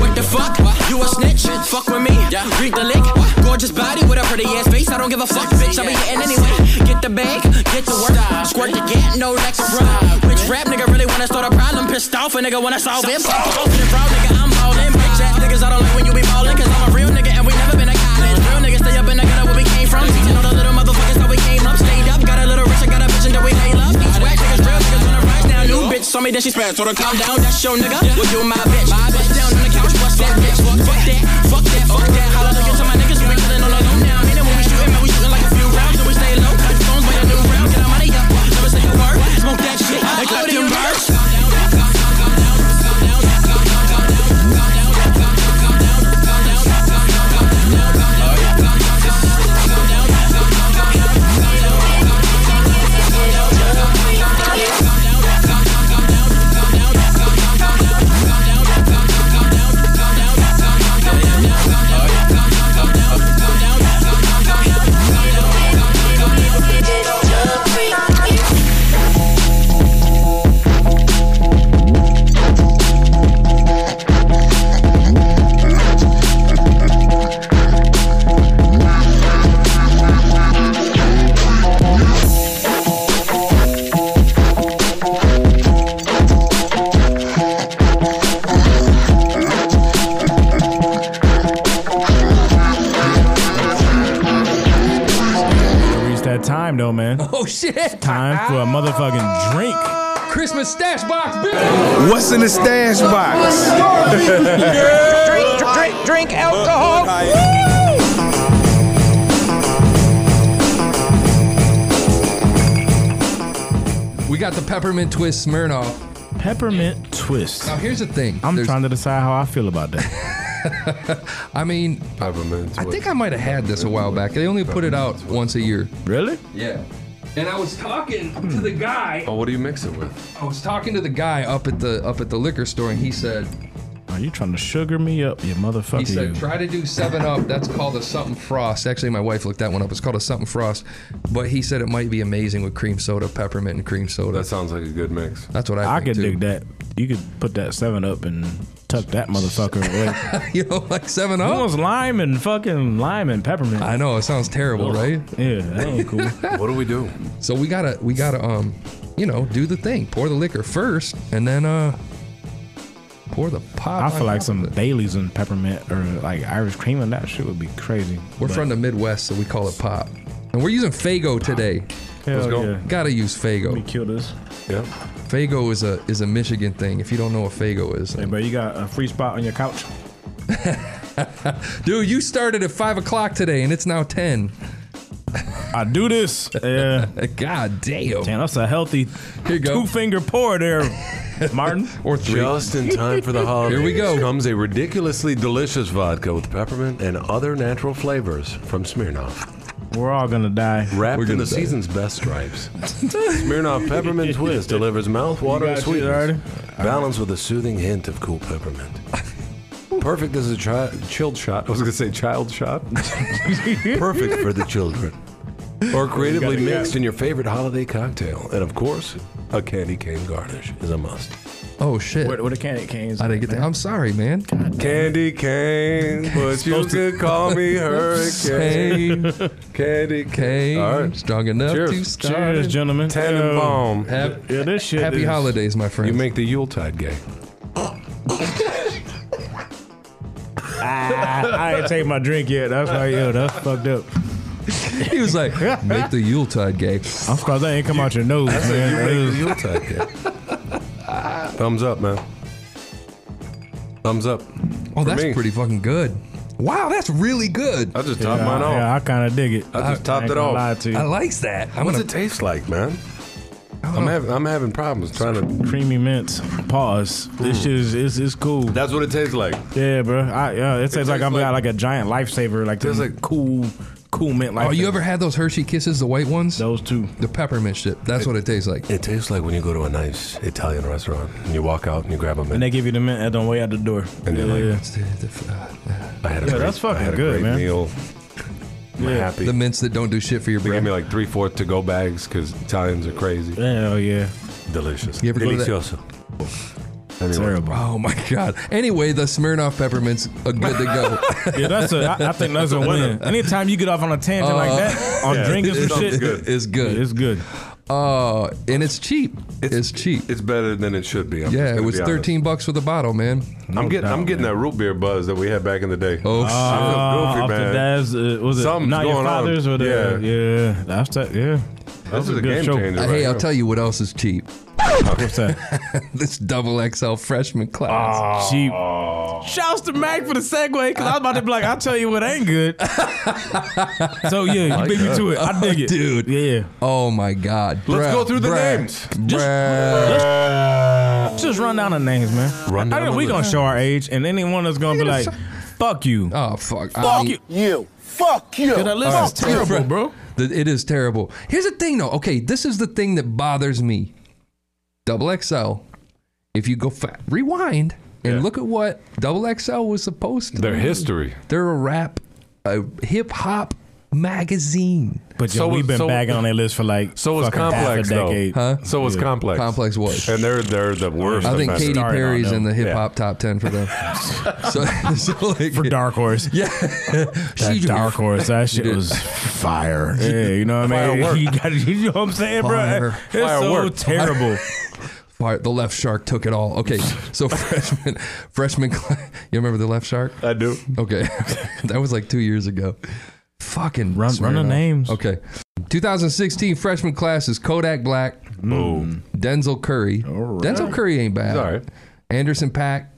[SPEAKER 8] What the fuck? You a snitch? Fuck with me. Read the lick. Gorgeous body with a pretty ass face. I don't give a fuck, bitch. I'll be hitting anyway. Get the bag, get to work. Squirt the gat, no next run. Bitch, rap nigga really wanna start a problem. Pissed off a nigga wanna solve it. Fuck off and proud nigga, I'm ballin'. Bitch ass niggas, I don't like when you be ballin'. Cause I'm a real nigga and we never been a college. Real niggas stay up in the gutter where we came from. Teaching all the little motherfuckers how we came up. Stayed up, got a little rich, I got a bitch and then we lay love. These whack niggas, real niggas on the rise now. New bitch saw me, then she spared. Told her calm down, that's your nigga. Well, you my bitch. Bust down on the couch, bust that bitch. Fuck that, fuck that, fuck that. Holla niggas to my niggas, we been chillin' all alone now. Meaning when we shootin', man, we shootin' like a few rounds. So we stay low, got the phones, buy a new round. Get our money up, never say a word. Smoke that shit, and clap them birds. Calm down, calm down, calm down.
[SPEAKER 5] <laughs> Oh, shit.
[SPEAKER 4] Time for a motherfucking drink.
[SPEAKER 5] Christmas stash box, bitch.
[SPEAKER 9] What's in the stash box?
[SPEAKER 7] Drink, drink, drink alcohol.
[SPEAKER 5] We got the peppermint twist Smirnoff.
[SPEAKER 4] Peppermint twist.
[SPEAKER 5] Now here's the thing.
[SPEAKER 4] I'm
[SPEAKER 5] There's-
[SPEAKER 4] trying to decide how I feel
[SPEAKER 5] <laughs>
[SPEAKER 4] about that.
[SPEAKER 5] I mean,
[SPEAKER 6] Peppermint.
[SPEAKER 5] I think I might have had this a while back. They only put it out once a year.
[SPEAKER 4] really?
[SPEAKER 5] Yeah. And I was talking to the guy.
[SPEAKER 6] Oh, what do you mix it with?
[SPEAKER 5] I was talking to the guy up at the up at the liquor store, and he said
[SPEAKER 4] Are you trying to sugar me up, you
[SPEAKER 5] he
[SPEAKER 4] motherfucker?
[SPEAKER 5] said
[SPEAKER 4] you.
[SPEAKER 5] try to do Seven Up. That's called a something frost. Actually, my wife looked that one up. It's called a something frost. But he said it might be amazing with cream soda, peppermint, and cream soda.
[SPEAKER 6] That
[SPEAKER 5] That's,
[SPEAKER 6] sounds like a good mix.
[SPEAKER 5] what I.
[SPEAKER 4] I
[SPEAKER 5] think
[SPEAKER 4] could
[SPEAKER 5] too.
[SPEAKER 4] dig that. You could put that seven up and tuck that motherfucker
[SPEAKER 5] <laughs>
[SPEAKER 4] away.
[SPEAKER 5] you know, like Seven
[SPEAKER 4] Who
[SPEAKER 5] Up.
[SPEAKER 4] wants lime and fucking lime and peppermint?
[SPEAKER 5] I know it sounds terrible, right?
[SPEAKER 4] yeah, that ain't cool.
[SPEAKER 6] What do we do?
[SPEAKER 5] So we gotta we gotta um, you know, do the thing. Pour the liquor first, and then uh, pour the pop.
[SPEAKER 4] I
[SPEAKER 5] on
[SPEAKER 4] feel like
[SPEAKER 5] top
[SPEAKER 4] some
[SPEAKER 5] of it.
[SPEAKER 4] Baileys and peppermint or like Irish cream and that shit would be crazy.
[SPEAKER 5] We're
[SPEAKER 4] But
[SPEAKER 5] from the Midwest, so we call it pop. And we're using Fago today.
[SPEAKER 4] hell
[SPEAKER 6] Let's go.
[SPEAKER 4] Oh, Yeah.
[SPEAKER 5] Gotta use
[SPEAKER 4] We
[SPEAKER 5] Fago.
[SPEAKER 4] killed us.
[SPEAKER 6] Yeah.
[SPEAKER 5] Fago is a is a Michigan thing. If you don't know what Fago is,
[SPEAKER 4] Hey, bro, you got a free spot on your couch?
[SPEAKER 5] dude, you started at five o'clock today, and it's now ten. Uh,
[SPEAKER 4] I do this. Yeah.
[SPEAKER 5] <laughs> God damn.
[SPEAKER 4] Damn, that's a healthy
[SPEAKER 5] Here you go.
[SPEAKER 4] two finger
[SPEAKER 5] <laughs>
[SPEAKER 4] pour there, Martin.
[SPEAKER 5] Or three.
[SPEAKER 6] Just in time <laughs> for the holidays
[SPEAKER 5] Here we go.
[SPEAKER 6] comes a ridiculously delicious vodka with peppermint and other natural flavors from Smirnoff.
[SPEAKER 4] We're all gonna die.
[SPEAKER 6] Wrapped in
[SPEAKER 5] gonna
[SPEAKER 6] the
[SPEAKER 5] die.
[SPEAKER 6] season's best stripes, Smirnoff Peppermint Twist delivers mouthwatering
[SPEAKER 4] got it,
[SPEAKER 6] sweetness,
[SPEAKER 4] Jordan?
[SPEAKER 6] balanced with a soothing hint of cool peppermint. Perfect as a chi- chilled shot. I was going to say child shot. Perfect for the children. Or creatively
[SPEAKER 4] You gotta-
[SPEAKER 6] mixed in your favorite holiday cocktail. And of course, a candy cane garnish is a must.
[SPEAKER 5] Oh shit.
[SPEAKER 4] What, what a candy canes.
[SPEAKER 5] I didn't get that. I'm sorry, man.
[SPEAKER 6] Candy cane, but you could call me hurricane.
[SPEAKER 5] Hey,
[SPEAKER 6] Candy
[SPEAKER 5] okay.
[SPEAKER 6] cane. All right.
[SPEAKER 5] Strong enough
[SPEAKER 6] Cheers.
[SPEAKER 5] to start.
[SPEAKER 4] Cheers, gentlemen.
[SPEAKER 6] Tannenbaum.
[SPEAKER 5] Hap-
[SPEAKER 4] Yeah, this shit.
[SPEAKER 5] happy
[SPEAKER 4] is-
[SPEAKER 5] holidays, my
[SPEAKER 6] You
[SPEAKER 5] friend. <laughs>
[SPEAKER 6] make the Yuletide gay.
[SPEAKER 4] I,
[SPEAKER 5] <laughs>
[SPEAKER 4] I ain't take my drink yet. That's like, yo, that's fucked up.
[SPEAKER 5] he was like, make the Yuletide gay.
[SPEAKER 4] I'm surprised that ain't come out your nose, man. That
[SPEAKER 6] You make the
[SPEAKER 4] is-
[SPEAKER 6] Yuletide <laughs> gay. Thumbs up, man. Thumbs up.
[SPEAKER 5] Oh, that's
[SPEAKER 6] me.
[SPEAKER 5] pretty fucking good. Wow, that's really good.
[SPEAKER 6] I just topped
[SPEAKER 4] yeah,
[SPEAKER 6] mine off.
[SPEAKER 4] yeah, I kind of dig it.
[SPEAKER 6] I just topped
[SPEAKER 4] ain't
[SPEAKER 6] it
[SPEAKER 4] gonna
[SPEAKER 6] off.
[SPEAKER 4] Lie to
[SPEAKER 5] I
[SPEAKER 4] you.
[SPEAKER 5] likes that. I'm
[SPEAKER 6] What's
[SPEAKER 5] gonna
[SPEAKER 6] it taste like, man? I'm having I'm having problems trying to.
[SPEAKER 4] Creamy mints. Pause. This shit is it's, it's cool.
[SPEAKER 6] That's what it tastes like.
[SPEAKER 4] yeah, bro. I, yeah, it tastes like
[SPEAKER 6] tastes
[SPEAKER 4] I'm got
[SPEAKER 6] like-
[SPEAKER 4] like a giant lifesaver. Like
[SPEAKER 6] tastes
[SPEAKER 4] this,
[SPEAKER 6] like-
[SPEAKER 4] like cool, cool mint. Like
[SPEAKER 5] Oh, you ever had those Hershey Kisses, the white ones?
[SPEAKER 4] those two?
[SPEAKER 5] The peppermint shit. That's what it tastes like.
[SPEAKER 6] It tastes like when you go to a nice Italian restaurant and you walk out and you grab a
[SPEAKER 4] And
[SPEAKER 6] mint.
[SPEAKER 4] they give you the mint at the way out the door.
[SPEAKER 6] And
[SPEAKER 4] yeah,
[SPEAKER 6] they're like,
[SPEAKER 5] uh,
[SPEAKER 6] I had a
[SPEAKER 4] Yeah,
[SPEAKER 6] great,
[SPEAKER 4] that's fucking
[SPEAKER 6] I had a
[SPEAKER 4] good,
[SPEAKER 6] great
[SPEAKER 4] man.
[SPEAKER 6] Meal. <laughs> I'm
[SPEAKER 4] Yeah.
[SPEAKER 6] happy.
[SPEAKER 5] The mints that don't do shit for your
[SPEAKER 6] They gave
[SPEAKER 5] brain.
[SPEAKER 6] me like three fourth to go bags because Italians are crazy.
[SPEAKER 4] yeah. hell yeah,
[SPEAKER 6] Delicious.
[SPEAKER 5] You ever go to that-
[SPEAKER 6] Delicioso. Anyway,
[SPEAKER 4] terrible.
[SPEAKER 5] Oh my god. Anyway, the Smirnoff peppermints are good to go.
[SPEAKER 4] Yeah, that's a. I, I think that's a win. Anytime you get off on a tangent
[SPEAKER 5] Uh,
[SPEAKER 4] like that
[SPEAKER 6] <laughs>
[SPEAKER 4] on
[SPEAKER 6] yeah,
[SPEAKER 4] drinking
[SPEAKER 6] it's
[SPEAKER 4] some
[SPEAKER 6] something
[SPEAKER 4] shit,
[SPEAKER 6] good.
[SPEAKER 5] it's good.
[SPEAKER 4] it's good.
[SPEAKER 5] Uh, and it's cheap. It's, cheap.
[SPEAKER 6] it's better than it should be. I'm just
[SPEAKER 5] yeah, it
[SPEAKER 6] gonna
[SPEAKER 5] was
[SPEAKER 6] be honest.
[SPEAKER 5] 13 bucks for the bottle, man.
[SPEAKER 6] I'm getting I'm
[SPEAKER 4] doubt,
[SPEAKER 6] getting that root beer buzz that we had back in the day.
[SPEAKER 5] Oh,
[SPEAKER 6] I feel
[SPEAKER 4] Uh, off
[SPEAKER 6] goofy,
[SPEAKER 4] the
[SPEAKER 6] man.
[SPEAKER 4] dad's, uh, was it
[SPEAKER 6] Something's
[SPEAKER 4] not your
[SPEAKER 6] going on.
[SPEAKER 4] father's or the yeah. that's that yeah.
[SPEAKER 6] This is a
[SPEAKER 4] good
[SPEAKER 6] game
[SPEAKER 4] show.
[SPEAKER 6] changer.
[SPEAKER 5] shit.
[SPEAKER 6] right
[SPEAKER 5] Uh, hey, I'll
[SPEAKER 6] here.
[SPEAKER 5] tell you what else is cheap.
[SPEAKER 6] <laughs>
[SPEAKER 4] What's that?
[SPEAKER 5] This double XL freshman class.
[SPEAKER 6] Ah.
[SPEAKER 4] Cheap.
[SPEAKER 6] Uh,
[SPEAKER 4] Shouts to Mac for the segue because I was about to be like, I'll tell you what
[SPEAKER 6] <laughs>
[SPEAKER 4] ain't good. so yeah, you beat me to it. I dig it,
[SPEAKER 5] Dude.
[SPEAKER 4] Yeah,
[SPEAKER 5] Oh my god.
[SPEAKER 6] Let's
[SPEAKER 5] Bruh,
[SPEAKER 6] go through the
[SPEAKER 5] bruh,
[SPEAKER 6] names.
[SPEAKER 5] bruh.
[SPEAKER 4] just run down the names, man.
[SPEAKER 6] Run down
[SPEAKER 4] I think
[SPEAKER 6] the
[SPEAKER 4] we gonna
[SPEAKER 6] list. Uh,
[SPEAKER 4] show our age, and anyone that's gonna be like, "Fuck you,
[SPEAKER 5] Oh fuck. I
[SPEAKER 4] fuck
[SPEAKER 5] mean-
[SPEAKER 4] you, you, fuck you." That list is terrible, bro.
[SPEAKER 5] The- It is terrible. Here's the thing, though. Okay, this is the thing that bothers me. Double XL. If you go fa- rewind and look at what Double XL was supposed to,
[SPEAKER 6] their history.
[SPEAKER 5] they're a rap, a hip hop magazine.
[SPEAKER 4] But yo,
[SPEAKER 6] So
[SPEAKER 4] we've
[SPEAKER 6] was-
[SPEAKER 4] been
[SPEAKER 6] so-
[SPEAKER 4] bagging on that list for like
[SPEAKER 6] So was
[SPEAKER 4] fucking half
[SPEAKER 6] complex
[SPEAKER 4] a
[SPEAKER 6] though.
[SPEAKER 4] decade.
[SPEAKER 6] So was complex.
[SPEAKER 5] Complex was.
[SPEAKER 6] And they're they're the worst.
[SPEAKER 5] I think
[SPEAKER 6] offenders.
[SPEAKER 5] Katy
[SPEAKER 4] Started on
[SPEAKER 5] Perry's
[SPEAKER 4] them.
[SPEAKER 5] in the hip hop top ten for
[SPEAKER 4] <laughs>
[SPEAKER 5] them. so, <laughs> so like,
[SPEAKER 4] For Dark Horse,
[SPEAKER 5] <laughs> yeah,
[SPEAKER 4] That
[SPEAKER 5] She-
[SPEAKER 4] Dark Horse, that shit
[SPEAKER 5] did.
[SPEAKER 4] was fire. Yeah, you know what I mean?
[SPEAKER 6] Firework.
[SPEAKER 4] You, got, you know what I'm saying,
[SPEAKER 5] Fire.
[SPEAKER 4] bro? It's
[SPEAKER 6] Firework.
[SPEAKER 4] so terrible.
[SPEAKER 5] Fire- the left shark took it all. Okay,
[SPEAKER 4] <laughs>
[SPEAKER 5] so freshman, freshman, cla- you remember the left shark? <laughs>
[SPEAKER 6] I do.
[SPEAKER 5] Okay. that was like two years ago. Fucking
[SPEAKER 4] Run-
[SPEAKER 5] smear
[SPEAKER 4] run
[SPEAKER 5] it
[SPEAKER 4] the
[SPEAKER 5] off.
[SPEAKER 4] names.
[SPEAKER 5] Okay. 2016 freshman class is Kodak Black,
[SPEAKER 4] Hmm.
[SPEAKER 6] Boom.
[SPEAKER 5] Denzel Curry. Denzel Curry ain't bad.
[SPEAKER 6] He's all right.
[SPEAKER 5] Anderson Pack.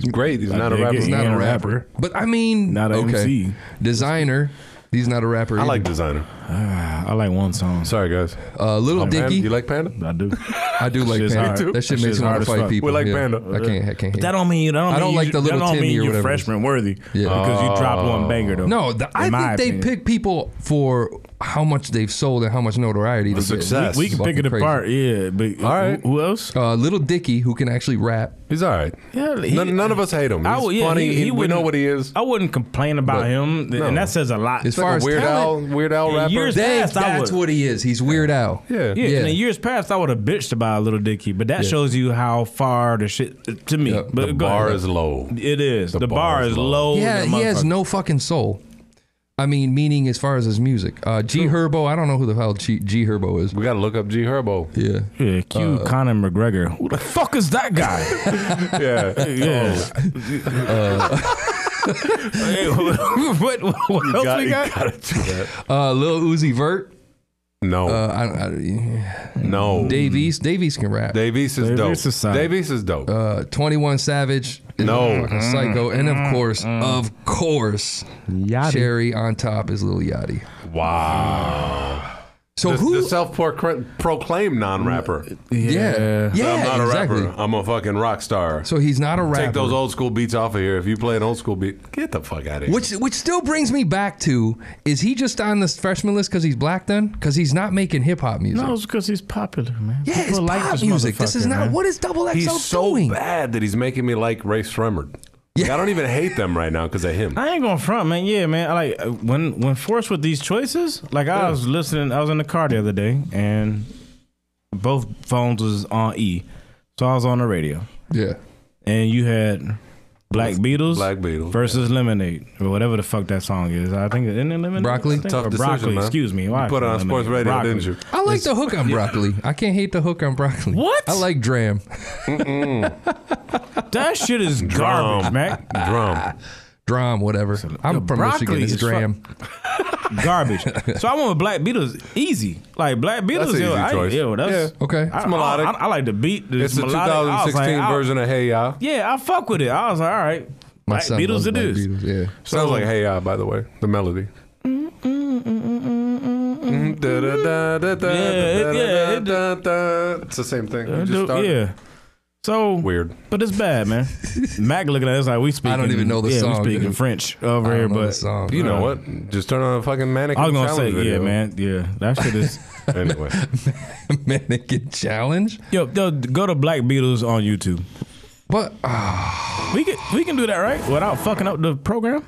[SPEAKER 6] He's great. He's not a
[SPEAKER 10] Yeah,
[SPEAKER 6] rapper.
[SPEAKER 10] yeah,
[SPEAKER 6] He's
[SPEAKER 10] he
[SPEAKER 6] not
[SPEAKER 10] ain't
[SPEAKER 6] a rapper.
[SPEAKER 5] But I mean,
[SPEAKER 10] Not a
[SPEAKER 5] okay.
[SPEAKER 10] MC.
[SPEAKER 5] Designer. He's not a rapper.
[SPEAKER 6] I
[SPEAKER 5] either.
[SPEAKER 6] like designer.
[SPEAKER 4] I like one song.
[SPEAKER 6] Sorry, guys.
[SPEAKER 5] uh, Little
[SPEAKER 6] Panda,
[SPEAKER 5] Dicky.
[SPEAKER 6] Oh, you like Panda?
[SPEAKER 10] I
[SPEAKER 4] <laughs>
[SPEAKER 10] do.
[SPEAKER 5] I do like
[SPEAKER 10] Shit's
[SPEAKER 5] Panda.
[SPEAKER 10] hard.
[SPEAKER 5] That
[SPEAKER 10] That
[SPEAKER 5] shit makes
[SPEAKER 10] shit's
[SPEAKER 5] me want
[SPEAKER 10] hard
[SPEAKER 5] to
[SPEAKER 10] as
[SPEAKER 5] fight
[SPEAKER 10] fuck.
[SPEAKER 5] people.
[SPEAKER 6] We like
[SPEAKER 5] yeah.
[SPEAKER 6] Panda.
[SPEAKER 5] I can't. I can't.
[SPEAKER 4] But
[SPEAKER 5] hate.
[SPEAKER 4] that don't mean that don't,
[SPEAKER 5] I don't
[SPEAKER 4] mean
[SPEAKER 5] like
[SPEAKER 4] you,
[SPEAKER 5] the Little
[SPEAKER 4] that don't
[SPEAKER 5] Timmy
[SPEAKER 4] mean
[SPEAKER 5] or
[SPEAKER 4] you
[SPEAKER 5] whatever.
[SPEAKER 4] freshman worthy
[SPEAKER 5] Yeah.
[SPEAKER 4] because you dropped one banger though.
[SPEAKER 5] No, the, I
[SPEAKER 4] Oh, in my
[SPEAKER 5] think they
[SPEAKER 4] opinion.
[SPEAKER 5] pick people for how much they've sold and how much notoriety they
[SPEAKER 6] success.
[SPEAKER 5] Get.
[SPEAKER 4] we can
[SPEAKER 5] Fucking
[SPEAKER 4] pick it
[SPEAKER 5] crazy.
[SPEAKER 4] apart. Yeah, but
[SPEAKER 6] All right.
[SPEAKER 4] who, who else?
[SPEAKER 5] Uh, Little Dicky, who can actually rap.
[SPEAKER 6] He's all right.
[SPEAKER 4] Yeah, he-
[SPEAKER 6] none, none of us hate him. He's
[SPEAKER 4] I would- yeah,
[SPEAKER 6] funny.
[SPEAKER 4] he-
[SPEAKER 6] He,
[SPEAKER 4] he
[SPEAKER 6] we know
[SPEAKER 4] wouldn't-
[SPEAKER 6] what he is.
[SPEAKER 4] I wouldn't complain about
[SPEAKER 6] But-
[SPEAKER 4] him,
[SPEAKER 6] no.
[SPEAKER 4] and that says a lot.
[SPEAKER 5] As
[SPEAKER 4] Yeah,
[SPEAKER 5] far
[SPEAKER 6] Like
[SPEAKER 5] as
[SPEAKER 6] a Weird Al,
[SPEAKER 5] talent,
[SPEAKER 6] Weird Al
[SPEAKER 4] Yeah,
[SPEAKER 6] rapper.
[SPEAKER 4] years-
[SPEAKER 5] they-
[SPEAKER 4] Yes, I
[SPEAKER 5] that's
[SPEAKER 4] would.
[SPEAKER 5] what he is. He's Weird Al.
[SPEAKER 6] yeah.
[SPEAKER 5] Yeah.
[SPEAKER 4] in the years past, I would have bitched about Little Dicky, but that shows you how far the shit to me.
[SPEAKER 5] Yeah,
[SPEAKER 6] The
[SPEAKER 4] but go
[SPEAKER 6] bar
[SPEAKER 4] ahead.
[SPEAKER 6] is low.
[SPEAKER 4] It is the, bar, is low.
[SPEAKER 5] Yeah,
[SPEAKER 4] than a
[SPEAKER 5] he has
[SPEAKER 4] motherfucker.
[SPEAKER 5] no fucking soul. I mean, meaning as far as his music. Uh, G Herbo, I don't know who the hell G, G Herbo is.
[SPEAKER 6] We got to look up G Herbo.
[SPEAKER 5] Yeah.
[SPEAKER 4] Yeah, Q Conor McGregor. Who the fuck is that guy?
[SPEAKER 6] Yeah.
[SPEAKER 4] <laughs> yeah. Hey, what, <laughs> what, what else
[SPEAKER 6] got-
[SPEAKER 4] we
[SPEAKER 6] you
[SPEAKER 4] got?
[SPEAKER 6] gotta do that.
[SPEAKER 5] <laughs> Uh, Lil Uzi Vert.
[SPEAKER 6] No.
[SPEAKER 5] Uh,
[SPEAKER 4] <laughs>
[SPEAKER 5] I, I,
[SPEAKER 6] no.
[SPEAKER 4] Hmm.
[SPEAKER 5] Dave East. Dave East can rap.
[SPEAKER 6] Davies is
[SPEAKER 4] Dave
[SPEAKER 6] dope.
[SPEAKER 4] East is solid.
[SPEAKER 6] Davies is dope.
[SPEAKER 5] Uh, 21 Savage. is
[SPEAKER 6] No.
[SPEAKER 5] a fucking Psycho. And
[SPEAKER 4] Mm-hmm.
[SPEAKER 5] of course, of course, Cherry on top is Lil Yachty.
[SPEAKER 6] wow.
[SPEAKER 5] So
[SPEAKER 6] the,
[SPEAKER 5] who?
[SPEAKER 6] the self-proclaimed non-rapper.
[SPEAKER 5] yeah. Yeah,
[SPEAKER 6] I'm not
[SPEAKER 5] exactly.
[SPEAKER 6] a rapper. I'm a fucking rock star.
[SPEAKER 5] So he's not a rapper.
[SPEAKER 6] Take those old school beats off of here. If you play an old school beat, get the fuck out of here.
[SPEAKER 5] Which which still brings me back to is he just on this freshman list because he's black then? Because he's not making hip hop music.
[SPEAKER 10] No, it's because he's popular, man.
[SPEAKER 5] yeah, it's
[SPEAKER 10] People like
[SPEAKER 5] pop
[SPEAKER 10] this
[SPEAKER 5] music. This is
[SPEAKER 10] motherfucker,
[SPEAKER 5] not
[SPEAKER 10] man.
[SPEAKER 5] what is Double XL
[SPEAKER 6] he's so
[SPEAKER 5] doing.
[SPEAKER 6] bad that he's making me like Ray Shremmerd.
[SPEAKER 5] Yeah.
[SPEAKER 6] I don't even hate them right now because of him.
[SPEAKER 4] I ain't going front, man. Yeah, man. I like uh, when when forced with these choices. Like I was listening, I was in the car the other day, and both phones was on E, so I was on the radio,
[SPEAKER 5] Yeah,
[SPEAKER 4] and you had Black Beatles,
[SPEAKER 6] Black Beatles,
[SPEAKER 4] versus Lemonade or whatever the fuck that song is. I think in the Lemonade,
[SPEAKER 5] Broccoli?
[SPEAKER 4] I think,
[SPEAKER 6] Tough
[SPEAKER 4] or
[SPEAKER 6] decision,
[SPEAKER 4] broccoli.
[SPEAKER 6] man.
[SPEAKER 4] Excuse me.
[SPEAKER 6] You
[SPEAKER 4] Why I
[SPEAKER 6] put it
[SPEAKER 4] said
[SPEAKER 6] on sports
[SPEAKER 4] lemonade.
[SPEAKER 6] radio,
[SPEAKER 4] Broccoli.
[SPEAKER 6] didn't you?
[SPEAKER 5] I like the hook on broccoli. I can't hate the hook on broccoli.
[SPEAKER 4] What?
[SPEAKER 5] I like Dram.
[SPEAKER 4] That shit is garbage, man.
[SPEAKER 6] Drum.
[SPEAKER 5] Dram, whatever. I'm from
[SPEAKER 4] broccoli
[SPEAKER 5] Michigan. It's
[SPEAKER 4] is fuck-
[SPEAKER 5] Dram.
[SPEAKER 4] <laughs> garbage. So I went with Black Beatles. Easy. Like Black Beatles.
[SPEAKER 6] an
[SPEAKER 4] yo,
[SPEAKER 6] easy
[SPEAKER 4] I,
[SPEAKER 6] choice.
[SPEAKER 4] Yo, that's
[SPEAKER 6] Yeah.
[SPEAKER 5] Okay.
[SPEAKER 4] I,
[SPEAKER 6] It's melodic.
[SPEAKER 4] I, I, I like the beat. The
[SPEAKER 6] It's the
[SPEAKER 4] melodic. I was
[SPEAKER 6] 2016
[SPEAKER 4] like, I-
[SPEAKER 6] version of Hey Ya.
[SPEAKER 4] Yeah, I fuck with it. I was like, all right.
[SPEAKER 5] My
[SPEAKER 4] Black
[SPEAKER 5] son
[SPEAKER 4] Beatles
[SPEAKER 5] loves
[SPEAKER 4] it
[SPEAKER 5] Black
[SPEAKER 4] is.
[SPEAKER 5] Beatles, Yeah.
[SPEAKER 6] Sounds like Hey Ya, by the way, the melody. Mm, da-da-da-da-da,
[SPEAKER 4] Yeah, it- yeah, it-
[SPEAKER 6] da-da-da-da-da. It's the same thing. You
[SPEAKER 4] I
[SPEAKER 6] just
[SPEAKER 4] do-
[SPEAKER 6] start.
[SPEAKER 4] yeah. So
[SPEAKER 6] Weird.
[SPEAKER 4] but it's bad,
[SPEAKER 5] <laughs>
[SPEAKER 4] man. Mac looking at us like we speaking.
[SPEAKER 5] I don't even know the
[SPEAKER 4] yeah,
[SPEAKER 5] song,
[SPEAKER 4] We speaking
[SPEAKER 5] dude.
[SPEAKER 4] French over
[SPEAKER 5] I
[SPEAKER 4] here,
[SPEAKER 5] don't know
[SPEAKER 4] but
[SPEAKER 5] the song.
[SPEAKER 6] You know what? Just turn on a fucking mannequin.
[SPEAKER 4] I was gonna say,
[SPEAKER 6] Challenge video.
[SPEAKER 4] yeah, man, yeah, that
[SPEAKER 5] <laughs>
[SPEAKER 4] shit is.
[SPEAKER 6] Anyway,
[SPEAKER 5] Mannequin challenge.
[SPEAKER 4] yo, yo, go to Black Beatles on YouTube.
[SPEAKER 5] But uh,
[SPEAKER 4] We can we can do that, right? Without fucking up the program.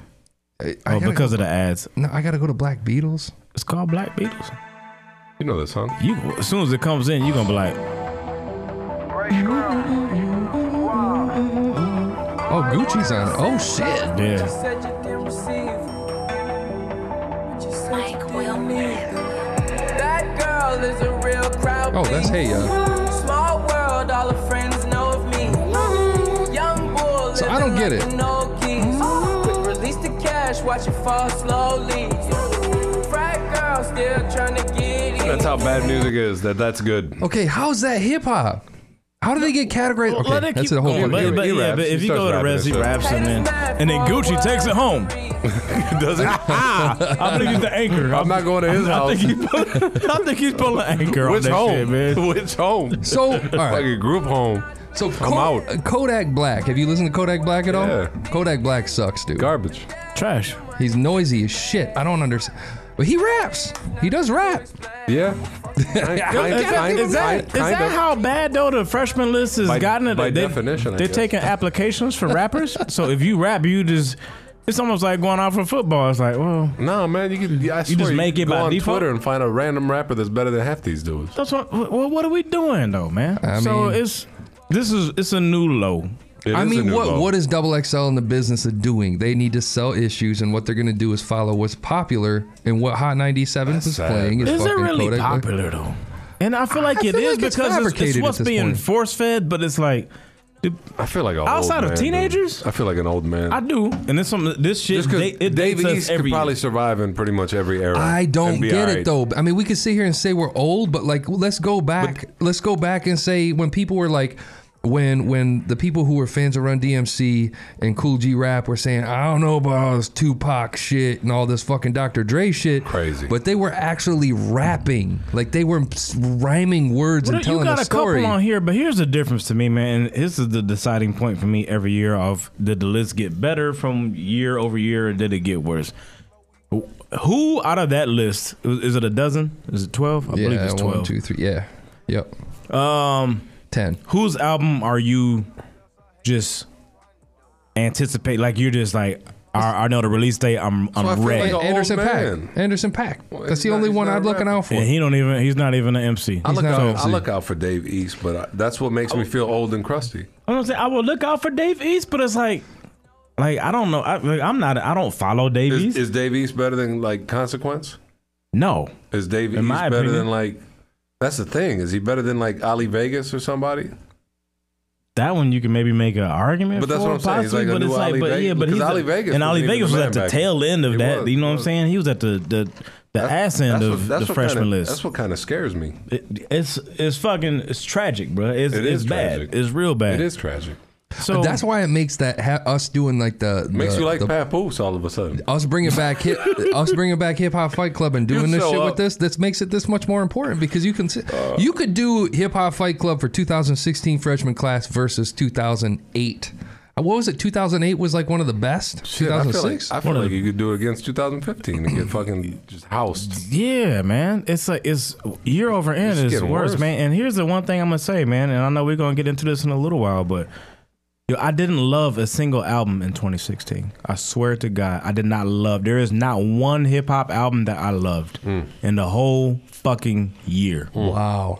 [SPEAKER 5] I, I
[SPEAKER 4] Oh,
[SPEAKER 5] gotta,
[SPEAKER 4] because of the ads.
[SPEAKER 5] no, I gotta go to Black Beatles.
[SPEAKER 4] It's called Black Beatles.
[SPEAKER 6] you know this song.
[SPEAKER 4] You as soon as it comes in, you gonna be like,
[SPEAKER 5] Oh, Gucci's on it. Oh shit.
[SPEAKER 4] yeah.
[SPEAKER 3] Mike Will.
[SPEAKER 8] That girl is a real crowd.
[SPEAKER 5] Oh, that's hey ya.
[SPEAKER 8] Small world, all her friends know of me. Young bull.
[SPEAKER 5] So I don't get it.
[SPEAKER 8] No keys. Quick release the cash, watch it fall slowly. Frat girl still trying to get in.
[SPEAKER 6] That's how bad music is. That that's good.
[SPEAKER 5] Okay, how's that hip hop? How do they get categorized? Okay,
[SPEAKER 4] Let it
[SPEAKER 5] that's
[SPEAKER 4] keep
[SPEAKER 5] a whole
[SPEAKER 4] going,
[SPEAKER 5] different-
[SPEAKER 4] but, but
[SPEAKER 6] he
[SPEAKER 4] yeah,
[SPEAKER 6] raps.
[SPEAKER 4] but
[SPEAKER 6] He
[SPEAKER 4] if you
[SPEAKER 6] starts
[SPEAKER 4] go to
[SPEAKER 6] rapping and
[SPEAKER 4] Rez, he
[SPEAKER 6] stuff.
[SPEAKER 4] raps and then and then Gucci takes it home.
[SPEAKER 6] Does it?
[SPEAKER 4] I think he's
[SPEAKER 5] <laughs>
[SPEAKER 4] the anchor.
[SPEAKER 6] I'm not going to his
[SPEAKER 4] I
[SPEAKER 6] house.
[SPEAKER 4] think he's pulling, <laughs> I think he's pulling anchor
[SPEAKER 6] Which
[SPEAKER 4] on that
[SPEAKER 6] home?
[SPEAKER 4] shit, man.
[SPEAKER 6] Which home?
[SPEAKER 5] So, all right.
[SPEAKER 6] Like a group home.
[SPEAKER 5] So
[SPEAKER 6] I'm
[SPEAKER 5] Ko-
[SPEAKER 6] out.
[SPEAKER 5] Kodak Black. Have you listened to Kodak Black at all?
[SPEAKER 6] Yeah.
[SPEAKER 5] Kodak Black sucks, dude.
[SPEAKER 6] Garbage.
[SPEAKER 4] Trash.
[SPEAKER 5] He's noisy as shit. I don't understand. But he raps. He does rap.
[SPEAKER 6] Yeah. Kind- kind- kind-
[SPEAKER 4] Is that,
[SPEAKER 6] kind- kind
[SPEAKER 4] is that
[SPEAKER 6] of.
[SPEAKER 4] how bad though the freshman list has
[SPEAKER 6] By-
[SPEAKER 4] gotten? It
[SPEAKER 6] by
[SPEAKER 4] They-
[SPEAKER 6] definition, I
[SPEAKER 4] they're
[SPEAKER 6] guess.
[SPEAKER 4] taking applications for
[SPEAKER 6] <laughs>
[SPEAKER 4] rappers. so if you rap, you just it's almost like going out for football. It's like, well,
[SPEAKER 6] No, man, you can. I swear, you
[SPEAKER 4] just make it
[SPEAKER 6] go
[SPEAKER 4] by
[SPEAKER 6] on
[SPEAKER 4] default?
[SPEAKER 6] Twitter and find a random rapper that's better than half these dudes.
[SPEAKER 4] that's what. Well, what are we doing though, man?
[SPEAKER 5] I
[SPEAKER 4] so
[SPEAKER 5] mean-
[SPEAKER 4] it's this is it's a new low.
[SPEAKER 6] It
[SPEAKER 5] I
[SPEAKER 6] is a
[SPEAKER 5] mean,
[SPEAKER 6] new
[SPEAKER 5] what
[SPEAKER 6] low.
[SPEAKER 5] what is Double XL in the business of doing? They need to sell issues, and what they're going to do is follow what's popular and what Hot 97 is
[SPEAKER 6] sad.
[SPEAKER 5] playing. Is,
[SPEAKER 4] Is it
[SPEAKER 5] fucking
[SPEAKER 4] really
[SPEAKER 5] Kodak Black.
[SPEAKER 4] popular though? And I feel like
[SPEAKER 5] I
[SPEAKER 4] it
[SPEAKER 5] feel
[SPEAKER 4] is
[SPEAKER 5] like it's
[SPEAKER 4] because it's,
[SPEAKER 5] fabricated at
[SPEAKER 4] what's
[SPEAKER 5] this
[SPEAKER 4] being
[SPEAKER 5] point.
[SPEAKER 4] force fed, but it's like
[SPEAKER 6] I feel like an
[SPEAKER 4] Outside
[SPEAKER 6] old
[SPEAKER 4] of
[SPEAKER 6] man,
[SPEAKER 4] teenagers?
[SPEAKER 6] dude. I feel like an old man.
[SPEAKER 4] I do, and this some this shit.
[SPEAKER 6] Just because
[SPEAKER 4] da- it
[SPEAKER 6] Dave
[SPEAKER 4] dates us
[SPEAKER 6] East could
[SPEAKER 4] every year.
[SPEAKER 6] probably survive in pretty much every era.
[SPEAKER 5] I don't
[SPEAKER 6] and be
[SPEAKER 5] get
[SPEAKER 6] all
[SPEAKER 5] it
[SPEAKER 6] right.
[SPEAKER 5] though. I mean, we could sit here and say we're old, but like, let's go back. let's go back and say when people were like, when when the people who were fans of Run DMC and Cool G Rap were saying, I don't know about all this Tupac shit and all this fucking Dr. Dre shit.
[SPEAKER 6] Crazy.
[SPEAKER 5] But they were actually rapping, like they were rhyming words
[SPEAKER 4] Well,
[SPEAKER 5] and telling
[SPEAKER 4] you got
[SPEAKER 5] a
[SPEAKER 4] a
[SPEAKER 5] story.
[SPEAKER 4] couple on here, but here's the difference to me, man. And this is the deciding point for me every year of did the list get better from year over year or did it get worse? Who out of that list is is it a dozen? Is it twelve? I
[SPEAKER 5] yeah,
[SPEAKER 4] believe it's
[SPEAKER 5] one,
[SPEAKER 4] twelve.
[SPEAKER 5] two, three. Yeah, yep,
[SPEAKER 4] Um,
[SPEAKER 5] ten.
[SPEAKER 4] whose album are you just anticipate? Like you're just like I, I know the release date. I'm
[SPEAKER 6] I
[SPEAKER 4] I'm
[SPEAKER 6] feel
[SPEAKER 4] ready.
[SPEAKER 6] like an old
[SPEAKER 5] Anderson
[SPEAKER 6] man.
[SPEAKER 5] Pack. Anderson Pack. That's
[SPEAKER 6] he's
[SPEAKER 5] the
[SPEAKER 6] not-
[SPEAKER 5] only
[SPEAKER 6] he's
[SPEAKER 5] one
[SPEAKER 6] not
[SPEAKER 5] I'm
[SPEAKER 6] a
[SPEAKER 5] looking
[SPEAKER 6] rapper.
[SPEAKER 5] out for.
[SPEAKER 4] and he don't even. He's not even an MC.
[SPEAKER 6] I look,
[SPEAKER 5] not
[SPEAKER 6] out, I
[SPEAKER 5] MC.
[SPEAKER 6] look out for Dave East, but I, that's what makes me feel old and crusty.
[SPEAKER 4] I'm gonna say I will look out for Dave East, but it's like, like I don't know. I, like, I'm not. I don't follow Dave
[SPEAKER 6] Is,
[SPEAKER 4] East.
[SPEAKER 6] is Dave East better than like Consequence?
[SPEAKER 4] no,
[SPEAKER 6] Is Dave
[SPEAKER 4] In
[SPEAKER 6] East
[SPEAKER 4] my
[SPEAKER 6] better
[SPEAKER 4] opinion.
[SPEAKER 6] than like? That's the thing. Is he better than like Ali Vegas or somebody?
[SPEAKER 4] that one you can maybe make an argument.
[SPEAKER 6] But that's
[SPEAKER 4] for,
[SPEAKER 6] what I'm saying. He's
[SPEAKER 4] possibly,
[SPEAKER 6] like a
[SPEAKER 4] but
[SPEAKER 6] new
[SPEAKER 4] it's like,
[SPEAKER 6] Ali
[SPEAKER 4] but
[SPEAKER 6] Vegas,
[SPEAKER 4] yeah, but
[SPEAKER 6] because
[SPEAKER 4] he's
[SPEAKER 6] Ali
[SPEAKER 4] a-
[SPEAKER 6] Vegas
[SPEAKER 4] and
[SPEAKER 6] was
[SPEAKER 4] Ali
[SPEAKER 6] even
[SPEAKER 4] Vegas
[SPEAKER 6] the
[SPEAKER 4] was
[SPEAKER 6] man
[SPEAKER 4] at the
[SPEAKER 6] back
[SPEAKER 4] tail end of
[SPEAKER 6] He
[SPEAKER 4] that.
[SPEAKER 6] was,
[SPEAKER 4] you know what I'm
[SPEAKER 6] was.
[SPEAKER 4] saying? He was at the the, the ass end
[SPEAKER 6] That's
[SPEAKER 4] of
[SPEAKER 6] what- that's
[SPEAKER 4] the
[SPEAKER 6] what
[SPEAKER 4] freshman
[SPEAKER 6] kinda,
[SPEAKER 4] list.
[SPEAKER 6] That's what kind of scares me.
[SPEAKER 4] It- it's it's fucking it's tragic, bro. It's
[SPEAKER 6] It
[SPEAKER 4] it's
[SPEAKER 6] is
[SPEAKER 4] bad.
[SPEAKER 6] tragic.
[SPEAKER 4] It's real bad.
[SPEAKER 6] It is tragic.
[SPEAKER 4] So
[SPEAKER 5] That's why it makes that ha- us doing like the
[SPEAKER 6] Makes
[SPEAKER 5] the-
[SPEAKER 6] you like
[SPEAKER 5] the
[SPEAKER 6] Papoose all of a sudden.
[SPEAKER 5] us bringing
[SPEAKER 6] <laughs>
[SPEAKER 5] back hip, us bringing back hip hop fight club and doing
[SPEAKER 6] You
[SPEAKER 5] this
[SPEAKER 6] show
[SPEAKER 5] shit
[SPEAKER 6] up. Uh.
[SPEAKER 5] with this. This makes it this much more important because you can si- you could do hip hop fight club for 2016 freshman class versus 2008. Uh, What was it? 2008 was like one of the best.
[SPEAKER 6] Shit, I feel
[SPEAKER 5] 2006.
[SPEAKER 6] like, I feel like you could do it against 2015 and get fucking just housed.
[SPEAKER 4] Yeah, man. It's like it's year over
[SPEAKER 6] It's
[SPEAKER 4] end is
[SPEAKER 6] getting
[SPEAKER 4] worse,
[SPEAKER 6] worse.
[SPEAKER 4] man. And here's the one thing I'm gonna say, man, and I know we're gonna get into this in a little while, but yo, I didn't love a single album in 2016. I swear to God, I did not love. There is not one hip hop album that I loved
[SPEAKER 6] Hmm.
[SPEAKER 4] in the whole fucking year.
[SPEAKER 5] wow.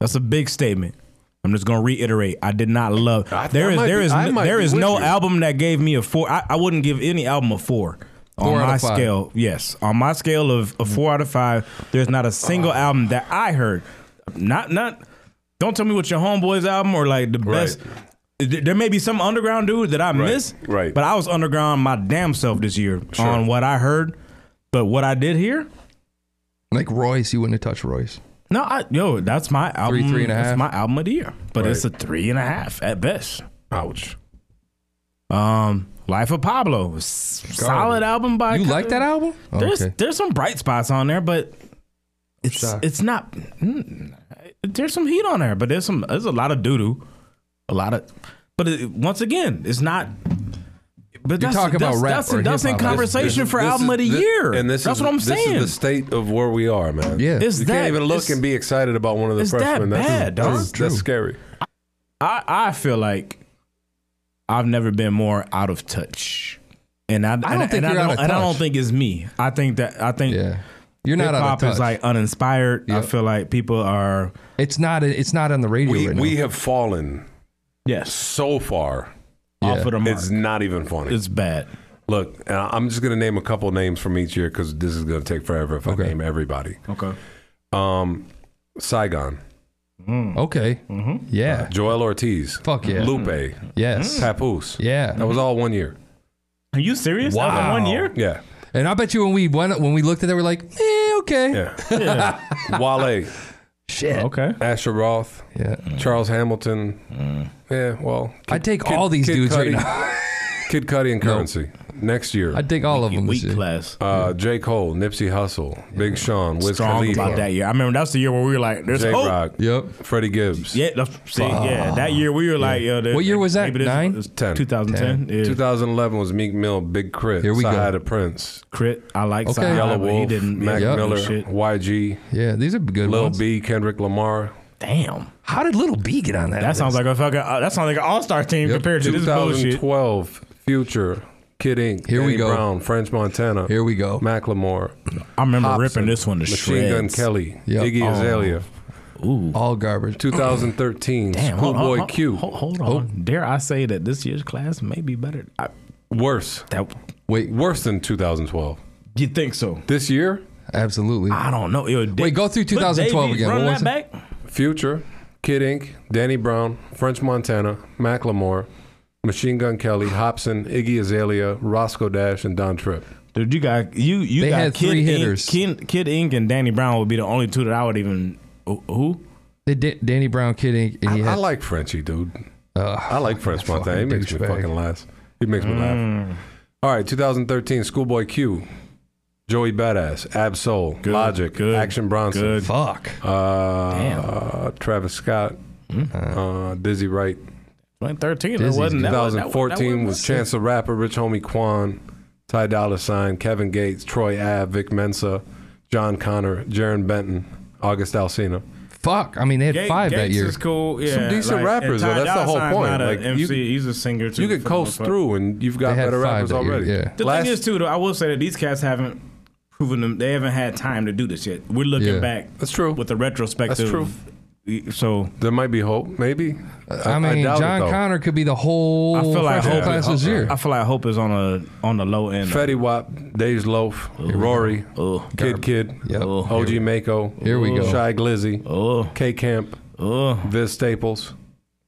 [SPEAKER 4] That's a big statement. I'm just gonna reiterate. I did not love.
[SPEAKER 6] I-
[SPEAKER 4] there
[SPEAKER 6] I
[SPEAKER 4] is
[SPEAKER 6] might
[SPEAKER 4] there
[SPEAKER 6] be-
[SPEAKER 4] is
[SPEAKER 6] I
[SPEAKER 4] no-
[SPEAKER 6] might
[SPEAKER 4] there
[SPEAKER 6] be
[SPEAKER 4] is
[SPEAKER 6] with
[SPEAKER 4] no
[SPEAKER 6] you.
[SPEAKER 4] album that gave me a four. I, I wouldn't give any album a four.
[SPEAKER 5] Four
[SPEAKER 4] on
[SPEAKER 5] out
[SPEAKER 4] my
[SPEAKER 5] of five.
[SPEAKER 4] scale, yes. On my scale of a four out of five, there's not a
[SPEAKER 6] Uh.
[SPEAKER 4] single album that I heard. Not not. Don't tell me what your homeboys album or like the
[SPEAKER 6] Right.
[SPEAKER 4] best. Th- There may be some underground dude that I miss,
[SPEAKER 6] right.
[SPEAKER 4] But I was underground my damn self this year on what I heard. But what I did hear,
[SPEAKER 5] Like Royce, you wouldn't have touched Royce.
[SPEAKER 4] no, I, yo, that's my album.
[SPEAKER 5] three and a
[SPEAKER 4] that's
[SPEAKER 5] half.
[SPEAKER 4] my album of the year, but it's a
[SPEAKER 6] Right.
[SPEAKER 4] three and a half at best.
[SPEAKER 6] Ouch.
[SPEAKER 4] Um, Life of Pablo, s- solid album by.
[SPEAKER 5] You like that album? Oh,
[SPEAKER 4] There's
[SPEAKER 5] okay.
[SPEAKER 4] there's some bright spots on there, but it's
[SPEAKER 5] Shocked.
[SPEAKER 4] it's not. mm, There's some heat on there, but there's some there's a lot of doo doo, a lot of. But it, once again, it's not. But that's,
[SPEAKER 5] talking about
[SPEAKER 4] that's,
[SPEAKER 5] rap
[SPEAKER 4] that's,
[SPEAKER 5] or
[SPEAKER 4] that's in
[SPEAKER 5] hip-hop.
[SPEAKER 4] conversation
[SPEAKER 6] This is-
[SPEAKER 4] for
[SPEAKER 6] this
[SPEAKER 4] album
[SPEAKER 6] is-
[SPEAKER 4] of the
[SPEAKER 6] thi-
[SPEAKER 4] year,
[SPEAKER 6] And this
[SPEAKER 4] that's
[SPEAKER 6] is,
[SPEAKER 4] what I'm
[SPEAKER 6] This
[SPEAKER 4] saying.
[SPEAKER 6] is the state of where we are, man.
[SPEAKER 5] Yeah.
[SPEAKER 4] It's
[SPEAKER 6] you
[SPEAKER 4] that-
[SPEAKER 6] can't even look
[SPEAKER 4] it's-
[SPEAKER 6] and be excited about one of the
[SPEAKER 4] it's that
[SPEAKER 6] freshmen. that's,
[SPEAKER 4] bad, dog.
[SPEAKER 6] That's, that's scary.
[SPEAKER 4] I, I feel like I've never been more out of touch. And I,
[SPEAKER 5] don't
[SPEAKER 4] and,
[SPEAKER 5] think
[SPEAKER 4] and
[SPEAKER 5] you're
[SPEAKER 4] I
[SPEAKER 5] out
[SPEAKER 4] don't,
[SPEAKER 5] of
[SPEAKER 4] and I don't
[SPEAKER 5] touch.
[SPEAKER 4] think it's me. I think that I think
[SPEAKER 5] yeah. You're not
[SPEAKER 4] hip
[SPEAKER 5] out of
[SPEAKER 4] hop
[SPEAKER 5] touch.
[SPEAKER 4] is like uninspired. I
[SPEAKER 5] Yep.
[SPEAKER 4] feel like people are
[SPEAKER 5] it's not. It's not on the radio
[SPEAKER 6] We
[SPEAKER 5] right
[SPEAKER 6] we
[SPEAKER 5] now.
[SPEAKER 6] have fallen
[SPEAKER 4] yes
[SPEAKER 6] so far.
[SPEAKER 4] off of the mark.
[SPEAKER 6] It's
[SPEAKER 4] It's,
[SPEAKER 6] not even funny.
[SPEAKER 4] bad.
[SPEAKER 6] Look, and I- I'm just gonna name a couple names from each year because this is gonna take forever if I name everybody.
[SPEAKER 4] Okay.
[SPEAKER 6] Um, Saigon,
[SPEAKER 5] Okay.
[SPEAKER 4] Mm-hmm.
[SPEAKER 5] Yeah.
[SPEAKER 6] Joel Ortiz,
[SPEAKER 5] Fuck yeah.
[SPEAKER 6] Lupe,
[SPEAKER 4] Hmm. Mm.
[SPEAKER 5] Yes.
[SPEAKER 6] Papoose.
[SPEAKER 5] Yeah.
[SPEAKER 6] that was all one year.
[SPEAKER 4] Are you serious? That was
[SPEAKER 5] Wow.
[SPEAKER 4] one year?
[SPEAKER 6] Yeah,
[SPEAKER 5] And I bet you when we went, when we looked at that, we're like, eh, okay.
[SPEAKER 6] yeah. Wale,
[SPEAKER 5] Shit.
[SPEAKER 4] Okay.
[SPEAKER 6] Asher Roth,
[SPEAKER 5] Yeah.
[SPEAKER 6] Charles Hamilton. Yeah, well,
[SPEAKER 5] I take all these
[SPEAKER 6] Mm-hmm. Kid
[SPEAKER 5] dudes
[SPEAKER 6] Cudi.
[SPEAKER 5] right now.
[SPEAKER 6] <laughs> Kid Cudi and Currency next year.
[SPEAKER 5] I take all of them.
[SPEAKER 4] Weak
[SPEAKER 5] this year.
[SPEAKER 4] class.
[SPEAKER 6] uh, J. Cole, Nipsey Hussle, Big Sean, Wiz
[SPEAKER 4] Strong
[SPEAKER 6] Khalifa,
[SPEAKER 4] about that year. I remember that's the year where we were like, "There's
[SPEAKER 6] J.
[SPEAKER 4] hope."
[SPEAKER 6] Rock,
[SPEAKER 5] Yep.
[SPEAKER 6] Freddie Gibbs.
[SPEAKER 4] Yeah, that's- see, yeah, that year we were like, "Yo, there-
[SPEAKER 5] What year was that?
[SPEAKER 4] maybe this-
[SPEAKER 5] Nine?
[SPEAKER 4] this-
[SPEAKER 6] Ten.
[SPEAKER 4] 2010. Yeah.
[SPEAKER 6] 2011 was Meek Mill, Big Crit,
[SPEAKER 5] Here we go.
[SPEAKER 6] Sahai the Prince,
[SPEAKER 4] Crit. I like
[SPEAKER 5] Okay.
[SPEAKER 4] Sahai,
[SPEAKER 6] Yellow
[SPEAKER 4] but He
[SPEAKER 6] Wolf,
[SPEAKER 4] didn't. he
[SPEAKER 6] Mac
[SPEAKER 4] didn't do
[SPEAKER 6] Miller,
[SPEAKER 4] shit.
[SPEAKER 6] YG,
[SPEAKER 5] Yeah, these are good
[SPEAKER 6] Lil
[SPEAKER 5] ones.
[SPEAKER 6] B, Kendrick Lamar.
[SPEAKER 4] Damn.
[SPEAKER 5] How did Little B get on that?
[SPEAKER 4] That sounds like a fucking. Uh, that sounds like an all star team
[SPEAKER 5] Yep.
[SPEAKER 4] compared to this bullshit.
[SPEAKER 6] 2012, Future, Kid Ink,
[SPEAKER 5] Here we
[SPEAKER 6] Danny
[SPEAKER 5] go.
[SPEAKER 6] Brown, French Montana.
[SPEAKER 5] Here we go.
[SPEAKER 6] Macklemore,
[SPEAKER 4] I remember
[SPEAKER 6] Hobson,
[SPEAKER 4] ripping this one to
[SPEAKER 6] Machine Gun
[SPEAKER 4] shreds.
[SPEAKER 6] Kelly,
[SPEAKER 5] Yep.
[SPEAKER 6] Iggy
[SPEAKER 5] Oh.
[SPEAKER 6] Azalea,
[SPEAKER 5] all garbage.
[SPEAKER 6] 2013,
[SPEAKER 4] Damn, hold on,
[SPEAKER 6] Schoolboy
[SPEAKER 4] hold-
[SPEAKER 6] Q, Oh.
[SPEAKER 4] Hold, hold on. Dare I say that this year's class may be better? I,
[SPEAKER 6] worse,
[SPEAKER 4] that
[SPEAKER 5] Wait,
[SPEAKER 6] worse than 2012.
[SPEAKER 4] you think so?
[SPEAKER 6] This year,
[SPEAKER 5] absolutely.
[SPEAKER 6] Ah.
[SPEAKER 4] I don't know. Yo, Dave-
[SPEAKER 5] Wait, go through
[SPEAKER 4] Look,
[SPEAKER 5] 2012
[SPEAKER 4] Davey,
[SPEAKER 5] again. What
[SPEAKER 4] Run that
[SPEAKER 5] was it?
[SPEAKER 4] back.
[SPEAKER 6] Future, Kid Ink, Danny Brown, French Montana, Macklemore, Machine Gun Kelly, Hobson, Iggy Azalea, Roscoe Dash, and Don Tripp.
[SPEAKER 4] Dude, you got you you
[SPEAKER 5] They
[SPEAKER 4] got
[SPEAKER 5] had
[SPEAKER 4] Kid
[SPEAKER 5] three
[SPEAKER 4] Ink-
[SPEAKER 5] hitters.
[SPEAKER 4] Kid, Kid Ink and Danny Brown would be the only two that I would even. Who?
[SPEAKER 5] They did Danny Brown, Kid Ink, and he
[SPEAKER 6] I
[SPEAKER 5] had
[SPEAKER 6] like Frenchie, dude. I like French
[SPEAKER 5] fucking
[SPEAKER 6] Montana. He makes me
[SPEAKER 5] douchebag.
[SPEAKER 6] fucking laugh. He makes me
[SPEAKER 4] Mm.
[SPEAKER 6] laugh. All right, 2013, Schoolboy Q, Joey Badass, Absol, Logic,
[SPEAKER 4] good,
[SPEAKER 6] Action Bronson,
[SPEAKER 4] good.
[SPEAKER 5] fuck.
[SPEAKER 6] Uh, Travis Scott,
[SPEAKER 5] Mm.
[SPEAKER 6] uh, Dizzy Wright.
[SPEAKER 4] 2013. That
[SPEAKER 5] Dizzy's
[SPEAKER 4] wasn't that wasn't- that wasn't-
[SPEAKER 6] 2014 was
[SPEAKER 4] that wasn't-
[SPEAKER 6] Chance the Rapper, Rich Homie Quan, Ty Dolla Sign, Kevin Gates, Troy Ave, Vic Mensa, John Connor, Jaron Benton, August Alsina.
[SPEAKER 5] Fuck. I mean, they had
[SPEAKER 4] Ga-
[SPEAKER 5] five
[SPEAKER 4] Gates
[SPEAKER 5] that year.
[SPEAKER 4] Is cool. Yeah,
[SPEAKER 6] decent
[SPEAKER 4] and
[SPEAKER 6] rappers, though.
[SPEAKER 4] Ty
[SPEAKER 6] That's the
[SPEAKER 4] Dolla
[SPEAKER 6] whole
[SPEAKER 4] Sign's
[SPEAKER 6] point.
[SPEAKER 4] not a
[SPEAKER 6] Like, you
[SPEAKER 4] MC,
[SPEAKER 6] could-
[SPEAKER 4] he's a singer too.
[SPEAKER 6] You
[SPEAKER 4] for
[SPEAKER 6] could
[SPEAKER 4] the
[SPEAKER 6] coast
[SPEAKER 4] most part.
[SPEAKER 6] through and you've got
[SPEAKER 5] They had
[SPEAKER 6] better
[SPEAKER 5] five
[SPEAKER 6] rappers
[SPEAKER 5] that year,
[SPEAKER 6] already.
[SPEAKER 5] yeah.
[SPEAKER 4] The
[SPEAKER 6] Last-
[SPEAKER 4] thing is too, though, I will say that these cats haven't proven them. They haven't had time to do this yet. We're looking
[SPEAKER 5] Yeah.
[SPEAKER 4] back.
[SPEAKER 6] That's true.
[SPEAKER 4] With the retrospective. true. So
[SPEAKER 6] There might be hope, maybe.
[SPEAKER 5] I mean,
[SPEAKER 6] doubt it,
[SPEAKER 5] John
[SPEAKER 6] though.
[SPEAKER 5] Connor could be the whole
[SPEAKER 4] I feel like
[SPEAKER 5] freshman
[SPEAKER 4] hope-
[SPEAKER 5] class this year.
[SPEAKER 4] I feel like hope is on a on the low end.
[SPEAKER 6] Fetty Wap, Dej Loaf, Rory,
[SPEAKER 4] Oh,
[SPEAKER 6] Kid Kid,
[SPEAKER 5] Yep.
[SPEAKER 6] OG Mako,
[SPEAKER 5] Here we go.
[SPEAKER 6] Shy Glizzy,
[SPEAKER 4] oh,
[SPEAKER 6] K Camp,
[SPEAKER 4] oh.
[SPEAKER 6] Viz Staples,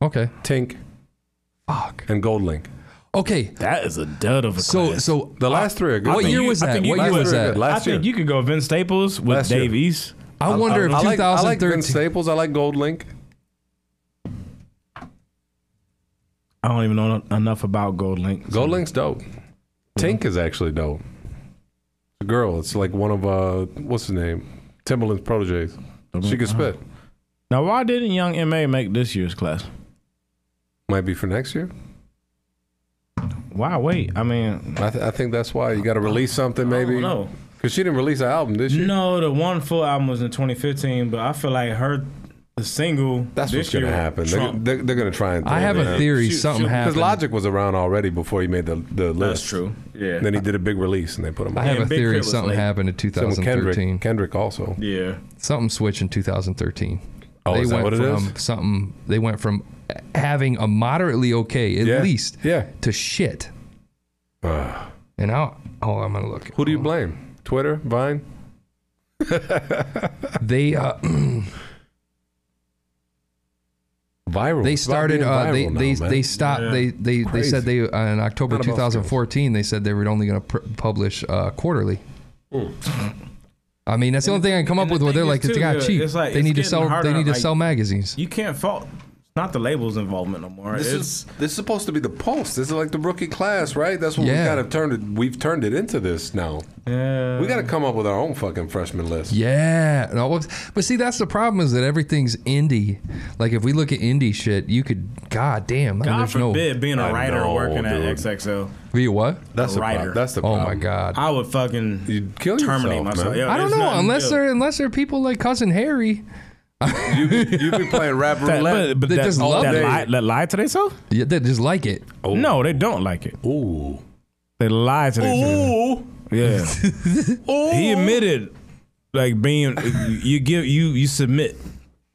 [SPEAKER 5] Okay.
[SPEAKER 6] Tink,
[SPEAKER 5] Fuck.
[SPEAKER 6] and Gold Link.
[SPEAKER 5] Okay.
[SPEAKER 4] That is a dud of a
[SPEAKER 5] So
[SPEAKER 4] class.
[SPEAKER 5] so
[SPEAKER 6] The last three are good.
[SPEAKER 5] what
[SPEAKER 6] though.
[SPEAKER 5] year was
[SPEAKER 4] I
[SPEAKER 5] that?
[SPEAKER 4] think you-
[SPEAKER 5] What year
[SPEAKER 4] last
[SPEAKER 5] was
[SPEAKER 4] year-
[SPEAKER 5] that?
[SPEAKER 6] last
[SPEAKER 4] I think
[SPEAKER 6] year.
[SPEAKER 4] you could go Vince Staples with
[SPEAKER 6] Last year.
[SPEAKER 4] Dave East.
[SPEAKER 5] I wonder
[SPEAKER 6] I
[SPEAKER 5] if
[SPEAKER 6] like, I like Vince
[SPEAKER 5] 2013.
[SPEAKER 6] Staples. I like Gold Link.
[SPEAKER 4] I don't even know enough about Gold Link.
[SPEAKER 6] Gold Link's dope. Tink is actually dope. The girl, it's like one of uh, what's his name, Timberland's proteges. She can
[SPEAKER 5] uh-huh.
[SPEAKER 6] spit.
[SPEAKER 4] Now, why didn't Young Ma make this year's class?
[SPEAKER 6] Might be for next year.
[SPEAKER 4] Why wait? I mean,
[SPEAKER 6] I, th- I think that's why you got to release something, maybe.
[SPEAKER 4] no,
[SPEAKER 6] Because she didn't release an album this year.
[SPEAKER 4] no. The one full album was in 2015, but I feel like her the single
[SPEAKER 6] That's
[SPEAKER 4] this
[SPEAKER 6] what's going to
[SPEAKER 4] year,
[SPEAKER 6] happen. They're,
[SPEAKER 4] trumped-
[SPEAKER 6] they're- they're going to try and.
[SPEAKER 5] I have a theory
[SPEAKER 4] Shoot,
[SPEAKER 5] something
[SPEAKER 4] shoot,
[SPEAKER 6] Because
[SPEAKER 4] 'cause
[SPEAKER 5] happened.
[SPEAKER 6] Logic was around already before he made the, the list.
[SPEAKER 4] That's true. Yeah.
[SPEAKER 6] And then he did a big release and they put him
[SPEAKER 5] I
[SPEAKER 6] on.
[SPEAKER 5] have
[SPEAKER 4] Yeah,
[SPEAKER 5] a
[SPEAKER 4] Big Crit
[SPEAKER 5] theory
[SPEAKER 4] was
[SPEAKER 5] something
[SPEAKER 4] late.
[SPEAKER 5] happened in
[SPEAKER 6] Same with Kendrick.
[SPEAKER 5] 2013.
[SPEAKER 6] Kendrick also.
[SPEAKER 4] yeah.
[SPEAKER 5] Something switched in 2013.
[SPEAKER 6] Oh,
[SPEAKER 5] they
[SPEAKER 6] is that
[SPEAKER 5] went
[SPEAKER 6] what it
[SPEAKER 5] from
[SPEAKER 6] is?
[SPEAKER 5] something they went from having a moderately okay at
[SPEAKER 6] Yeah.
[SPEAKER 5] least
[SPEAKER 6] Yeah.
[SPEAKER 5] to shit.
[SPEAKER 6] Ah.
[SPEAKER 5] And now oh I'm gonna look.
[SPEAKER 6] Who do you blame? Twitter? Vine?
[SPEAKER 5] They uh, <clears throat>
[SPEAKER 6] Viral.
[SPEAKER 5] they
[SPEAKER 6] It's about
[SPEAKER 5] started
[SPEAKER 6] being
[SPEAKER 5] uh, they
[SPEAKER 6] viral
[SPEAKER 5] they
[SPEAKER 6] now, man.
[SPEAKER 5] they stopped they they they said they uh, in October
[SPEAKER 6] Not about
[SPEAKER 5] 2014 they said they were only going to pr- publish uh, quarterly. I mean that's the only thing I can come up
[SPEAKER 4] and the
[SPEAKER 5] with where they're
[SPEAKER 4] thing
[SPEAKER 5] like
[SPEAKER 4] is,
[SPEAKER 5] they
[SPEAKER 4] too,
[SPEAKER 5] got
[SPEAKER 4] yeah,
[SPEAKER 5] cheap.
[SPEAKER 4] it's like-
[SPEAKER 5] they
[SPEAKER 4] it's
[SPEAKER 5] need to
[SPEAKER 4] getting
[SPEAKER 5] sell
[SPEAKER 4] harder,
[SPEAKER 5] they need to
[SPEAKER 4] like-
[SPEAKER 5] sell magazines.
[SPEAKER 4] You can't fault. It's not the label's involvement no more.
[SPEAKER 6] This
[SPEAKER 4] it's,
[SPEAKER 6] is this is supposed to be the pulse. This is like the rookie class, right? That's what
[SPEAKER 5] Yeah.
[SPEAKER 6] we kind of turned it. We've turned it into this now.
[SPEAKER 4] yeah.
[SPEAKER 6] We got to come up with our own fucking freshman list.
[SPEAKER 5] Yeah, no, well, but see that's the problem is that everything's indie. Like if we look at indie shit, you could god damn
[SPEAKER 4] God
[SPEAKER 5] there's no
[SPEAKER 4] forbid being a
[SPEAKER 6] I
[SPEAKER 4] writer
[SPEAKER 6] know,
[SPEAKER 4] working
[SPEAKER 6] dude.
[SPEAKER 4] at XXL.
[SPEAKER 5] be what?
[SPEAKER 6] That's the
[SPEAKER 4] Writer.
[SPEAKER 6] problem. That's the
[SPEAKER 5] Oh
[SPEAKER 6] problem.
[SPEAKER 5] my god.
[SPEAKER 4] I would fucking
[SPEAKER 6] You'd kill
[SPEAKER 4] terminate
[SPEAKER 6] yourself,
[SPEAKER 4] myself.
[SPEAKER 6] man.
[SPEAKER 4] Yeah,
[SPEAKER 5] I don't
[SPEAKER 4] it's
[SPEAKER 5] know
[SPEAKER 4] nothing
[SPEAKER 5] unless
[SPEAKER 4] good.
[SPEAKER 5] they're unless they're people like cousin Harry.
[SPEAKER 6] You <laughs> you be playing rap
[SPEAKER 4] That,
[SPEAKER 6] roulette.
[SPEAKER 4] but but
[SPEAKER 5] They
[SPEAKER 4] that,
[SPEAKER 5] just
[SPEAKER 4] oh,
[SPEAKER 5] love
[SPEAKER 4] that
[SPEAKER 5] it.
[SPEAKER 4] lie, that lie to themselves?
[SPEAKER 5] Yeah, they just like it.
[SPEAKER 4] No, they don't like it.
[SPEAKER 6] Ooh.
[SPEAKER 4] They lie to themselves.
[SPEAKER 6] Ooh.
[SPEAKER 4] Yeah.
[SPEAKER 5] <laughs>
[SPEAKER 4] He admitted, like being you give you you submit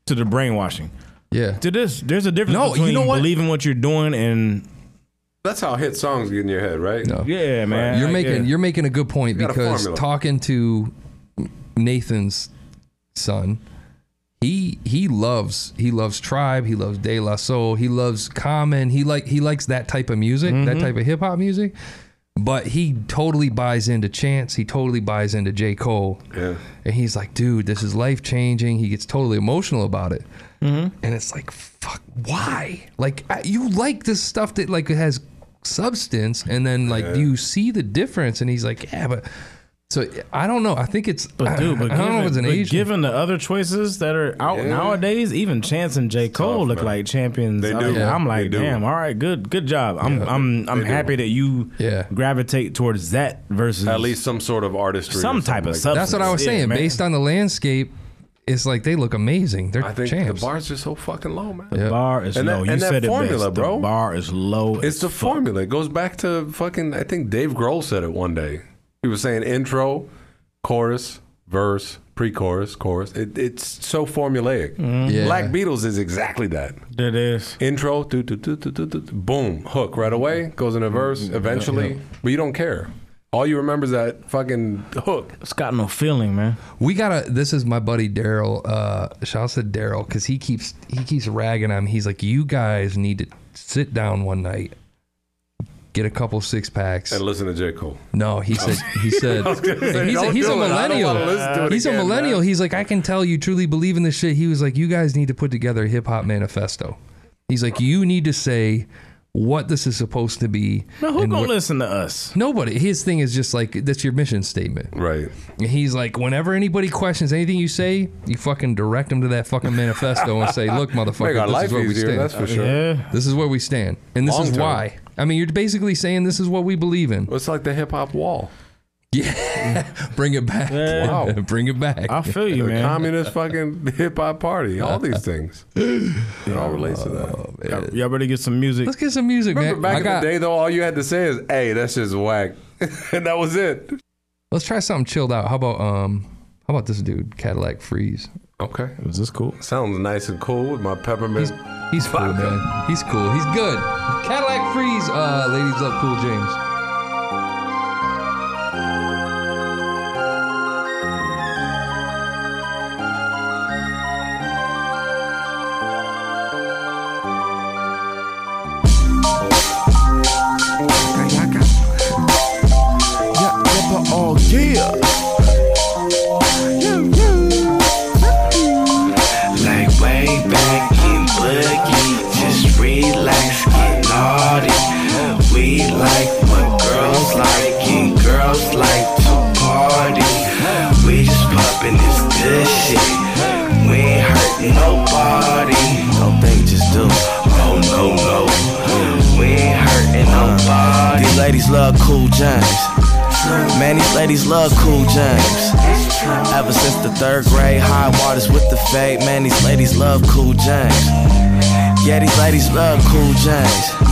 [SPEAKER 4] to the brainwashing.
[SPEAKER 5] Yeah.
[SPEAKER 4] To this, there's a difference
[SPEAKER 5] No, you
[SPEAKER 4] between
[SPEAKER 5] know what?
[SPEAKER 4] believing what you're doing and
[SPEAKER 6] That's how hit songs get in your head, right?
[SPEAKER 5] No.
[SPEAKER 4] yeah, man.
[SPEAKER 5] You're
[SPEAKER 4] like,
[SPEAKER 5] making
[SPEAKER 4] yeah.
[SPEAKER 5] you're making a good point
[SPEAKER 6] got a
[SPEAKER 5] because
[SPEAKER 6] formula.
[SPEAKER 5] talking to Nathan's son, he he loves he loves Tribe, he loves De La Soul, he loves Common, he like he likes that type of music, that type of hip hop music. But he totally buys into Chance, he totally buys into J Cole,
[SPEAKER 6] Yeah.
[SPEAKER 5] and he's like, dude, this is life changing. He gets totally emotional about it,
[SPEAKER 4] Mm-hmm.
[SPEAKER 5] and it's like, fuck, why? Like I- you like this stuff that like has substance, and then like you see the difference, and he's like, yeah, but. So I don't know. I think it's.
[SPEAKER 4] But dude, but
[SPEAKER 5] I don't know if it's
[SPEAKER 4] given,
[SPEAKER 5] an
[SPEAKER 4] but
[SPEAKER 5] age.
[SPEAKER 4] given the other choices that are out nowadays, even Chance and J. Cole look
[SPEAKER 6] man.
[SPEAKER 4] like champions.
[SPEAKER 6] They
[SPEAKER 4] I-
[SPEAKER 6] do.
[SPEAKER 4] I'm
[SPEAKER 6] They
[SPEAKER 4] like,
[SPEAKER 6] do.
[SPEAKER 4] damn, all right, good, good job. I'm I'm I'm
[SPEAKER 6] do.
[SPEAKER 4] happy that you
[SPEAKER 5] Yeah.
[SPEAKER 4] gravitate towards that versus
[SPEAKER 6] At least some sort of artistry. or
[SPEAKER 4] some type
[SPEAKER 6] something
[SPEAKER 4] of
[SPEAKER 6] like
[SPEAKER 5] That's
[SPEAKER 4] substance.
[SPEAKER 5] what I was
[SPEAKER 4] Yeah,
[SPEAKER 5] saying.
[SPEAKER 4] man.
[SPEAKER 5] Based on the landscape, it's like they look amazing. They're
[SPEAKER 6] that. I think
[SPEAKER 5] champs.
[SPEAKER 6] the bar's just so fucking low, man.
[SPEAKER 5] Yeah.
[SPEAKER 4] bar is
[SPEAKER 6] And that-
[SPEAKER 4] low. you
[SPEAKER 6] and that
[SPEAKER 4] said it
[SPEAKER 6] formula,
[SPEAKER 4] best.
[SPEAKER 6] bro.
[SPEAKER 4] The bar is low.
[SPEAKER 6] It's the formula. It goes back to fucking. I think Dave Grohl said it one day. He was saying intro, chorus, verse, pre-chorus, chorus. It, it's so formulaic.
[SPEAKER 4] Mm. Mm-hmm.
[SPEAKER 5] Yeah.
[SPEAKER 6] Black Beatles is exactly that.
[SPEAKER 4] it is.
[SPEAKER 6] Intro,
[SPEAKER 4] Mm-hmm.
[SPEAKER 6] do, do, do, do, do, do, boom, hook right away, goes in a verse eventually, but you don't care. All you remember is that fucking hook.
[SPEAKER 4] It's got no feeling, man.
[SPEAKER 5] We gotta. This is my buddy Daryl. Uh, shouts to Daryl because he keeps he keeps ragging on. me. He's like, you guys need to sit down one night, get a couple six packs.
[SPEAKER 6] And listen to J. Cole. <laughs>
[SPEAKER 5] No, he said. He said.
[SPEAKER 6] I was gonna say,
[SPEAKER 5] and he's a,
[SPEAKER 6] don't
[SPEAKER 5] he's a
[SPEAKER 6] do it. I don't
[SPEAKER 5] millennial.
[SPEAKER 6] wanna listen to it
[SPEAKER 5] he's a
[SPEAKER 6] again,
[SPEAKER 5] millennial.
[SPEAKER 6] man.
[SPEAKER 5] He's like, I can tell you truly believe in this shit. He was like, you guys need to put together a hip hop manifesto. He's like, you need to say what this is supposed to be.
[SPEAKER 4] Now who
[SPEAKER 5] and
[SPEAKER 4] gonna
[SPEAKER 5] what-
[SPEAKER 4] listen to us?
[SPEAKER 5] Nobody. His thing is just like that's your mission statement.
[SPEAKER 6] Right.
[SPEAKER 5] And he's like, whenever anybody questions anything you say, you fucking direct them to that fucking manifesto and say, look,
[SPEAKER 6] <laughs>
[SPEAKER 5] motherfucker,
[SPEAKER 6] Make our
[SPEAKER 5] this
[SPEAKER 6] life
[SPEAKER 5] is where we
[SPEAKER 6] easier,
[SPEAKER 5] stand.
[SPEAKER 6] that's for sure.
[SPEAKER 4] Uh, Yeah.
[SPEAKER 5] This is where we stand, and this
[SPEAKER 6] Long
[SPEAKER 5] is
[SPEAKER 6] term.
[SPEAKER 5] why. I mean, you're basically saying this is what we believe in.
[SPEAKER 6] It's like the hip hop wall.
[SPEAKER 5] Bring it back. <laughs>
[SPEAKER 6] Wow.
[SPEAKER 5] Bring it back.
[SPEAKER 4] I feel you,
[SPEAKER 6] The
[SPEAKER 4] man.
[SPEAKER 6] <laughs> communist fucking hip hop party. All these things. It all relates to that.
[SPEAKER 4] Y'all better get some music.
[SPEAKER 5] Let's get some music,
[SPEAKER 6] Remember
[SPEAKER 5] man.
[SPEAKER 6] back
[SPEAKER 5] I
[SPEAKER 6] in
[SPEAKER 5] got-
[SPEAKER 6] the day though, all you had to say is, "Hey, that's just whack," <laughs> and that was it.
[SPEAKER 5] Let's try something chilled out. How about um? How about this dude, Cadillac Freeze?
[SPEAKER 6] Okay.
[SPEAKER 4] Is this cool?
[SPEAKER 6] Sounds nice and cool with my peppermint.
[SPEAKER 5] He's he's cool, man. He's cool. He's good. Cadillac Freeze. Uh, ladies love Cool James.
[SPEAKER 9] Oh yeah. Like way back in boogie, just relax, get naughty. We like what girls like, and girls like to party. We just poppin' this good shit. We ain't hurtin' nobody. Don't think, just do. Oh no no, we ain't hurtin' nobody.
[SPEAKER 11] Uh, These ladies love cool James. Man, these ladies love cool James. Ever since the third grade, high waters with the fade. Man, these ladies love cool James. Yeah, these ladies love cool James.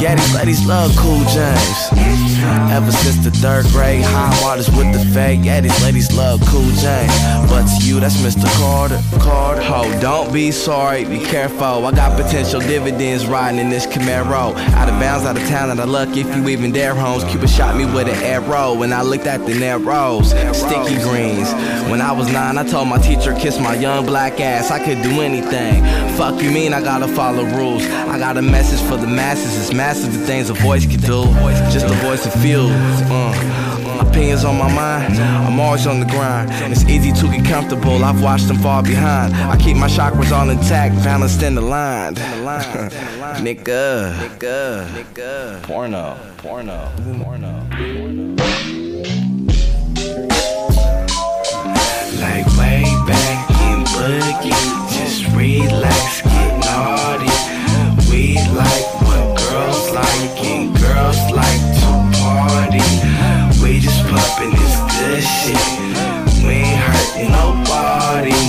[SPEAKER 11] Yeah, these ladies love cool James. Ever since the third grade, high waters with the fake. Yeah, these ladies love cool James. But to you, that's Mr. Carter. Carter. Ho, don't be sorry, be careful. I got potential dividends riding in this Camaro. Out of bounds, out of town, out of luck. If you even dare, Holmes, Cuba shot me with an arrow. When I looked at the narrows, sticky greens. When I was nine, I told my teacher, kiss my young black ass. I could do anything. Fuck you mean I gotta follow rules. I got a message for the masses. It's massive the things a voice can do. Just a voice of feel. Uh, opinions on my mind. I'm always on the grind. It's easy to get comfortable. I've watched them fall behind. I keep my chakras all intact, balanced and aligned. <laughs> Nigga. Nigga. Nigga. Porno. Porno. Porno.
[SPEAKER 9] Like way back in boogie, just relax, get naughty. We like what girls like, and girls like to party. We just pumping this good shit. We ain't hurting nobody.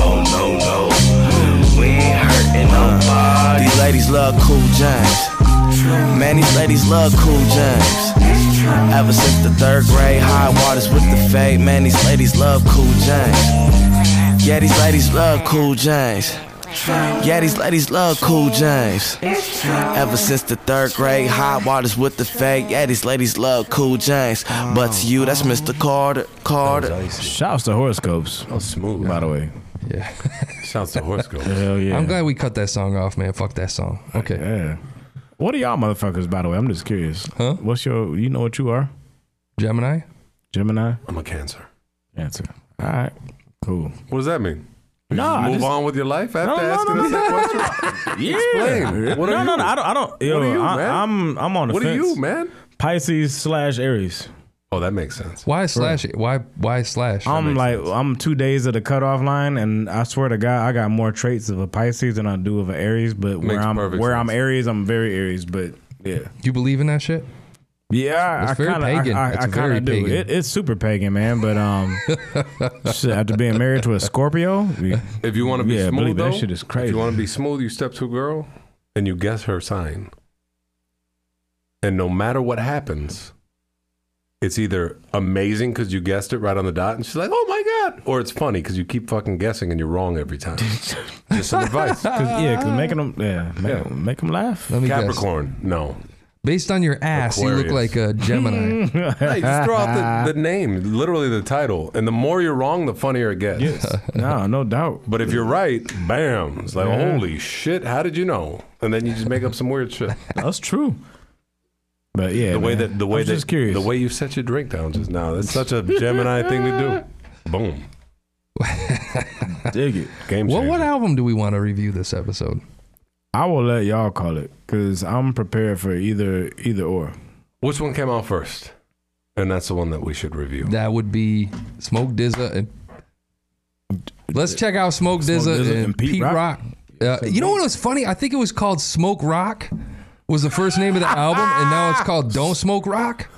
[SPEAKER 9] Oh no no, we ain't hurting nobody.
[SPEAKER 11] These ladies love cool James. Man, these ladies love cool James. Ever since the third grade, high waters with the fade. Man, these ladies love cool James. Yeah, these ladies love cool James. Yeah, these ladies love cool James. Ever since the third grade, high waters with the fade. Yeah, these ladies love cool James. But to you, that's Mr. Carter. Carter.
[SPEAKER 4] Shouts to horoscopes.
[SPEAKER 6] Oh, smooth.
[SPEAKER 4] By the way,
[SPEAKER 5] Yeah.
[SPEAKER 6] Sounds to horoscope.
[SPEAKER 4] hell yeah.
[SPEAKER 5] I'm glad we cut that song off, man. Fuck that song. Okay.
[SPEAKER 4] Yeah. What are y'all motherfuckers? By the way, I'm just curious.
[SPEAKER 5] Huh?
[SPEAKER 4] What's your? You know what you are?
[SPEAKER 5] Gemini.
[SPEAKER 4] Gemini.
[SPEAKER 6] I'm a Cancer.
[SPEAKER 4] Answer. All right. Cool.
[SPEAKER 6] What does that mean? You
[SPEAKER 4] Nah,
[SPEAKER 6] Ah, just
[SPEAKER 4] I
[SPEAKER 6] move
[SPEAKER 4] just-
[SPEAKER 6] on with your life
[SPEAKER 4] No,
[SPEAKER 6] after
[SPEAKER 4] no,
[SPEAKER 6] asking
[SPEAKER 4] no.
[SPEAKER 6] us that question. <laughs>
[SPEAKER 4] Yeah.
[SPEAKER 6] Explain. What are
[SPEAKER 4] no, no,
[SPEAKER 6] you?
[SPEAKER 4] no. I don't. I don't. Yo,
[SPEAKER 6] are you,
[SPEAKER 4] I,
[SPEAKER 6] man?
[SPEAKER 4] I'm. I'm on the
[SPEAKER 6] What are
[SPEAKER 4] fence.
[SPEAKER 6] you, man?
[SPEAKER 4] Pisces slash Aries.
[SPEAKER 6] Oh, that makes sense.
[SPEAKER 5] Why slash? Why why slash?
[SPEAKER 4] I'm
[SPEAKER 6] makes
[SPEAKER 4] like I'm two days of the cutoff line, and I swear to God, I got more traits of a Pisces than I do of an Aries. But where
[SPEAKER 6] Makes
[SPEAKER 4] I'm
[SPEAKER 6] perfect
[SPEAKER 4] where I'm
[SPEAKER 6] sense.
[SPEAKER 4] Aries, I'm very Aries. But yeah,
[SPEAKER 5] you believe in that shit?
[SPEAKER 4] yeah,
[SPEAKER 5] It's
[SPEAKER 4] I
[SPEAKER 5] very
[SPEAKER 4] kind of
[SPEAKER 5] pagan.
[SPEAKER 4] I, I,
[SPEAKER 5] It's
[SPEAKER 4] I kind
[SPEAKER 5] very
[SPEAKER 4] of do.
[SPEAKER 5] pagan.
[SPEAKER 4] It, it's super pagan, man.
[SPEAKER 5] <laughs>
[SPEAKER 4] But um, shit, after being married to a Scorpio, we,
[SPEAKER 6] If you want to be
[SPEAKER 4] Yeah, I
[SPEAKER 6] smooth,
[SPEAKER 4] believe that
[SPEAKER 6] though,
[SPEAKER 4] shit is
[SPEAKER 6] If
[SPEAKER 4] crazy.
[SPEAKER 6] you want to be smooth, you step to a girl and you guess her sign. And no matter what happens, it's either amazing because you guessed it right on the dot, and she's like, "Oh my god," or it's funny because you keep fucking guessing and you're wrong every
[SPEAKER 4] <laughs>
[SPEAKER 6] time. Just some advice.
[SPEAKER 4] cause, yeah, cause making them yeah, make,
[SPEAKER 6] Yeah.
[SPEAKER 4] them- make them laugh.
[SPEAKER 5] Let me guess.
[SPEAKER 6] Capricorn, no.
[SPEAKER 5] Based on your ass, you look
[SPEAKER 6] Aquarius.
[SPEAKER 5] like a
[SPEAKER 4] <laughs>
[SPEAKER 5] Gemini.
[SPEAKER 6] Hey, just throw out the, the name, literally the title, and the more you're wrong, the funnier it gets.
[SPEAKER 5] <laughs>
[SPEAKER 4] Yes. no, no doubt.
[SPEAKER 6] But if you're right, bam! It's like,
[SPEAKER 4] Yeah.
[SPEAKER 6] holy shit! How did you know? And then you just make up some weird shit.
[SPEAKER 4] That's true. But yeah,
[SPEAKER 6] the way
[SPEAKER 4] man.
[SPEAKER 6] that the
[SPEAKER 4] I
[SPEAKER 6] way
[SPEAKER 4] was
[SPEAKER 6] that
[SPEAKER 4] just curious.
[SPEAKER 6] the way you set your drink down just now. That's such a Gemini thing to
[SPEAKER 4] <laughs>
[SPEAKER 6] do. Boom.
[SPEAKER 4] <laughs> dig it.
[SPEAKER 6] Game
[SPEAKER 5] What
[SPEAKER 6] changer.
[SPEAKER 5] what album do we want to review this episode?
[SPEAKER 4] I will let y'all call it because I'm prepared for either either or.
[SPEAKER 6] Which one came out first? And that's the one that we should review.
[SPEAKER 5] That would be Smoke Dizza. And Let's check out Smoke, Dizza, and, Pete, Rock. Uh, you know what was funny? I think it was called Smoke Rock. Was the first name of the album, and now it's called Don't Smoke Rock.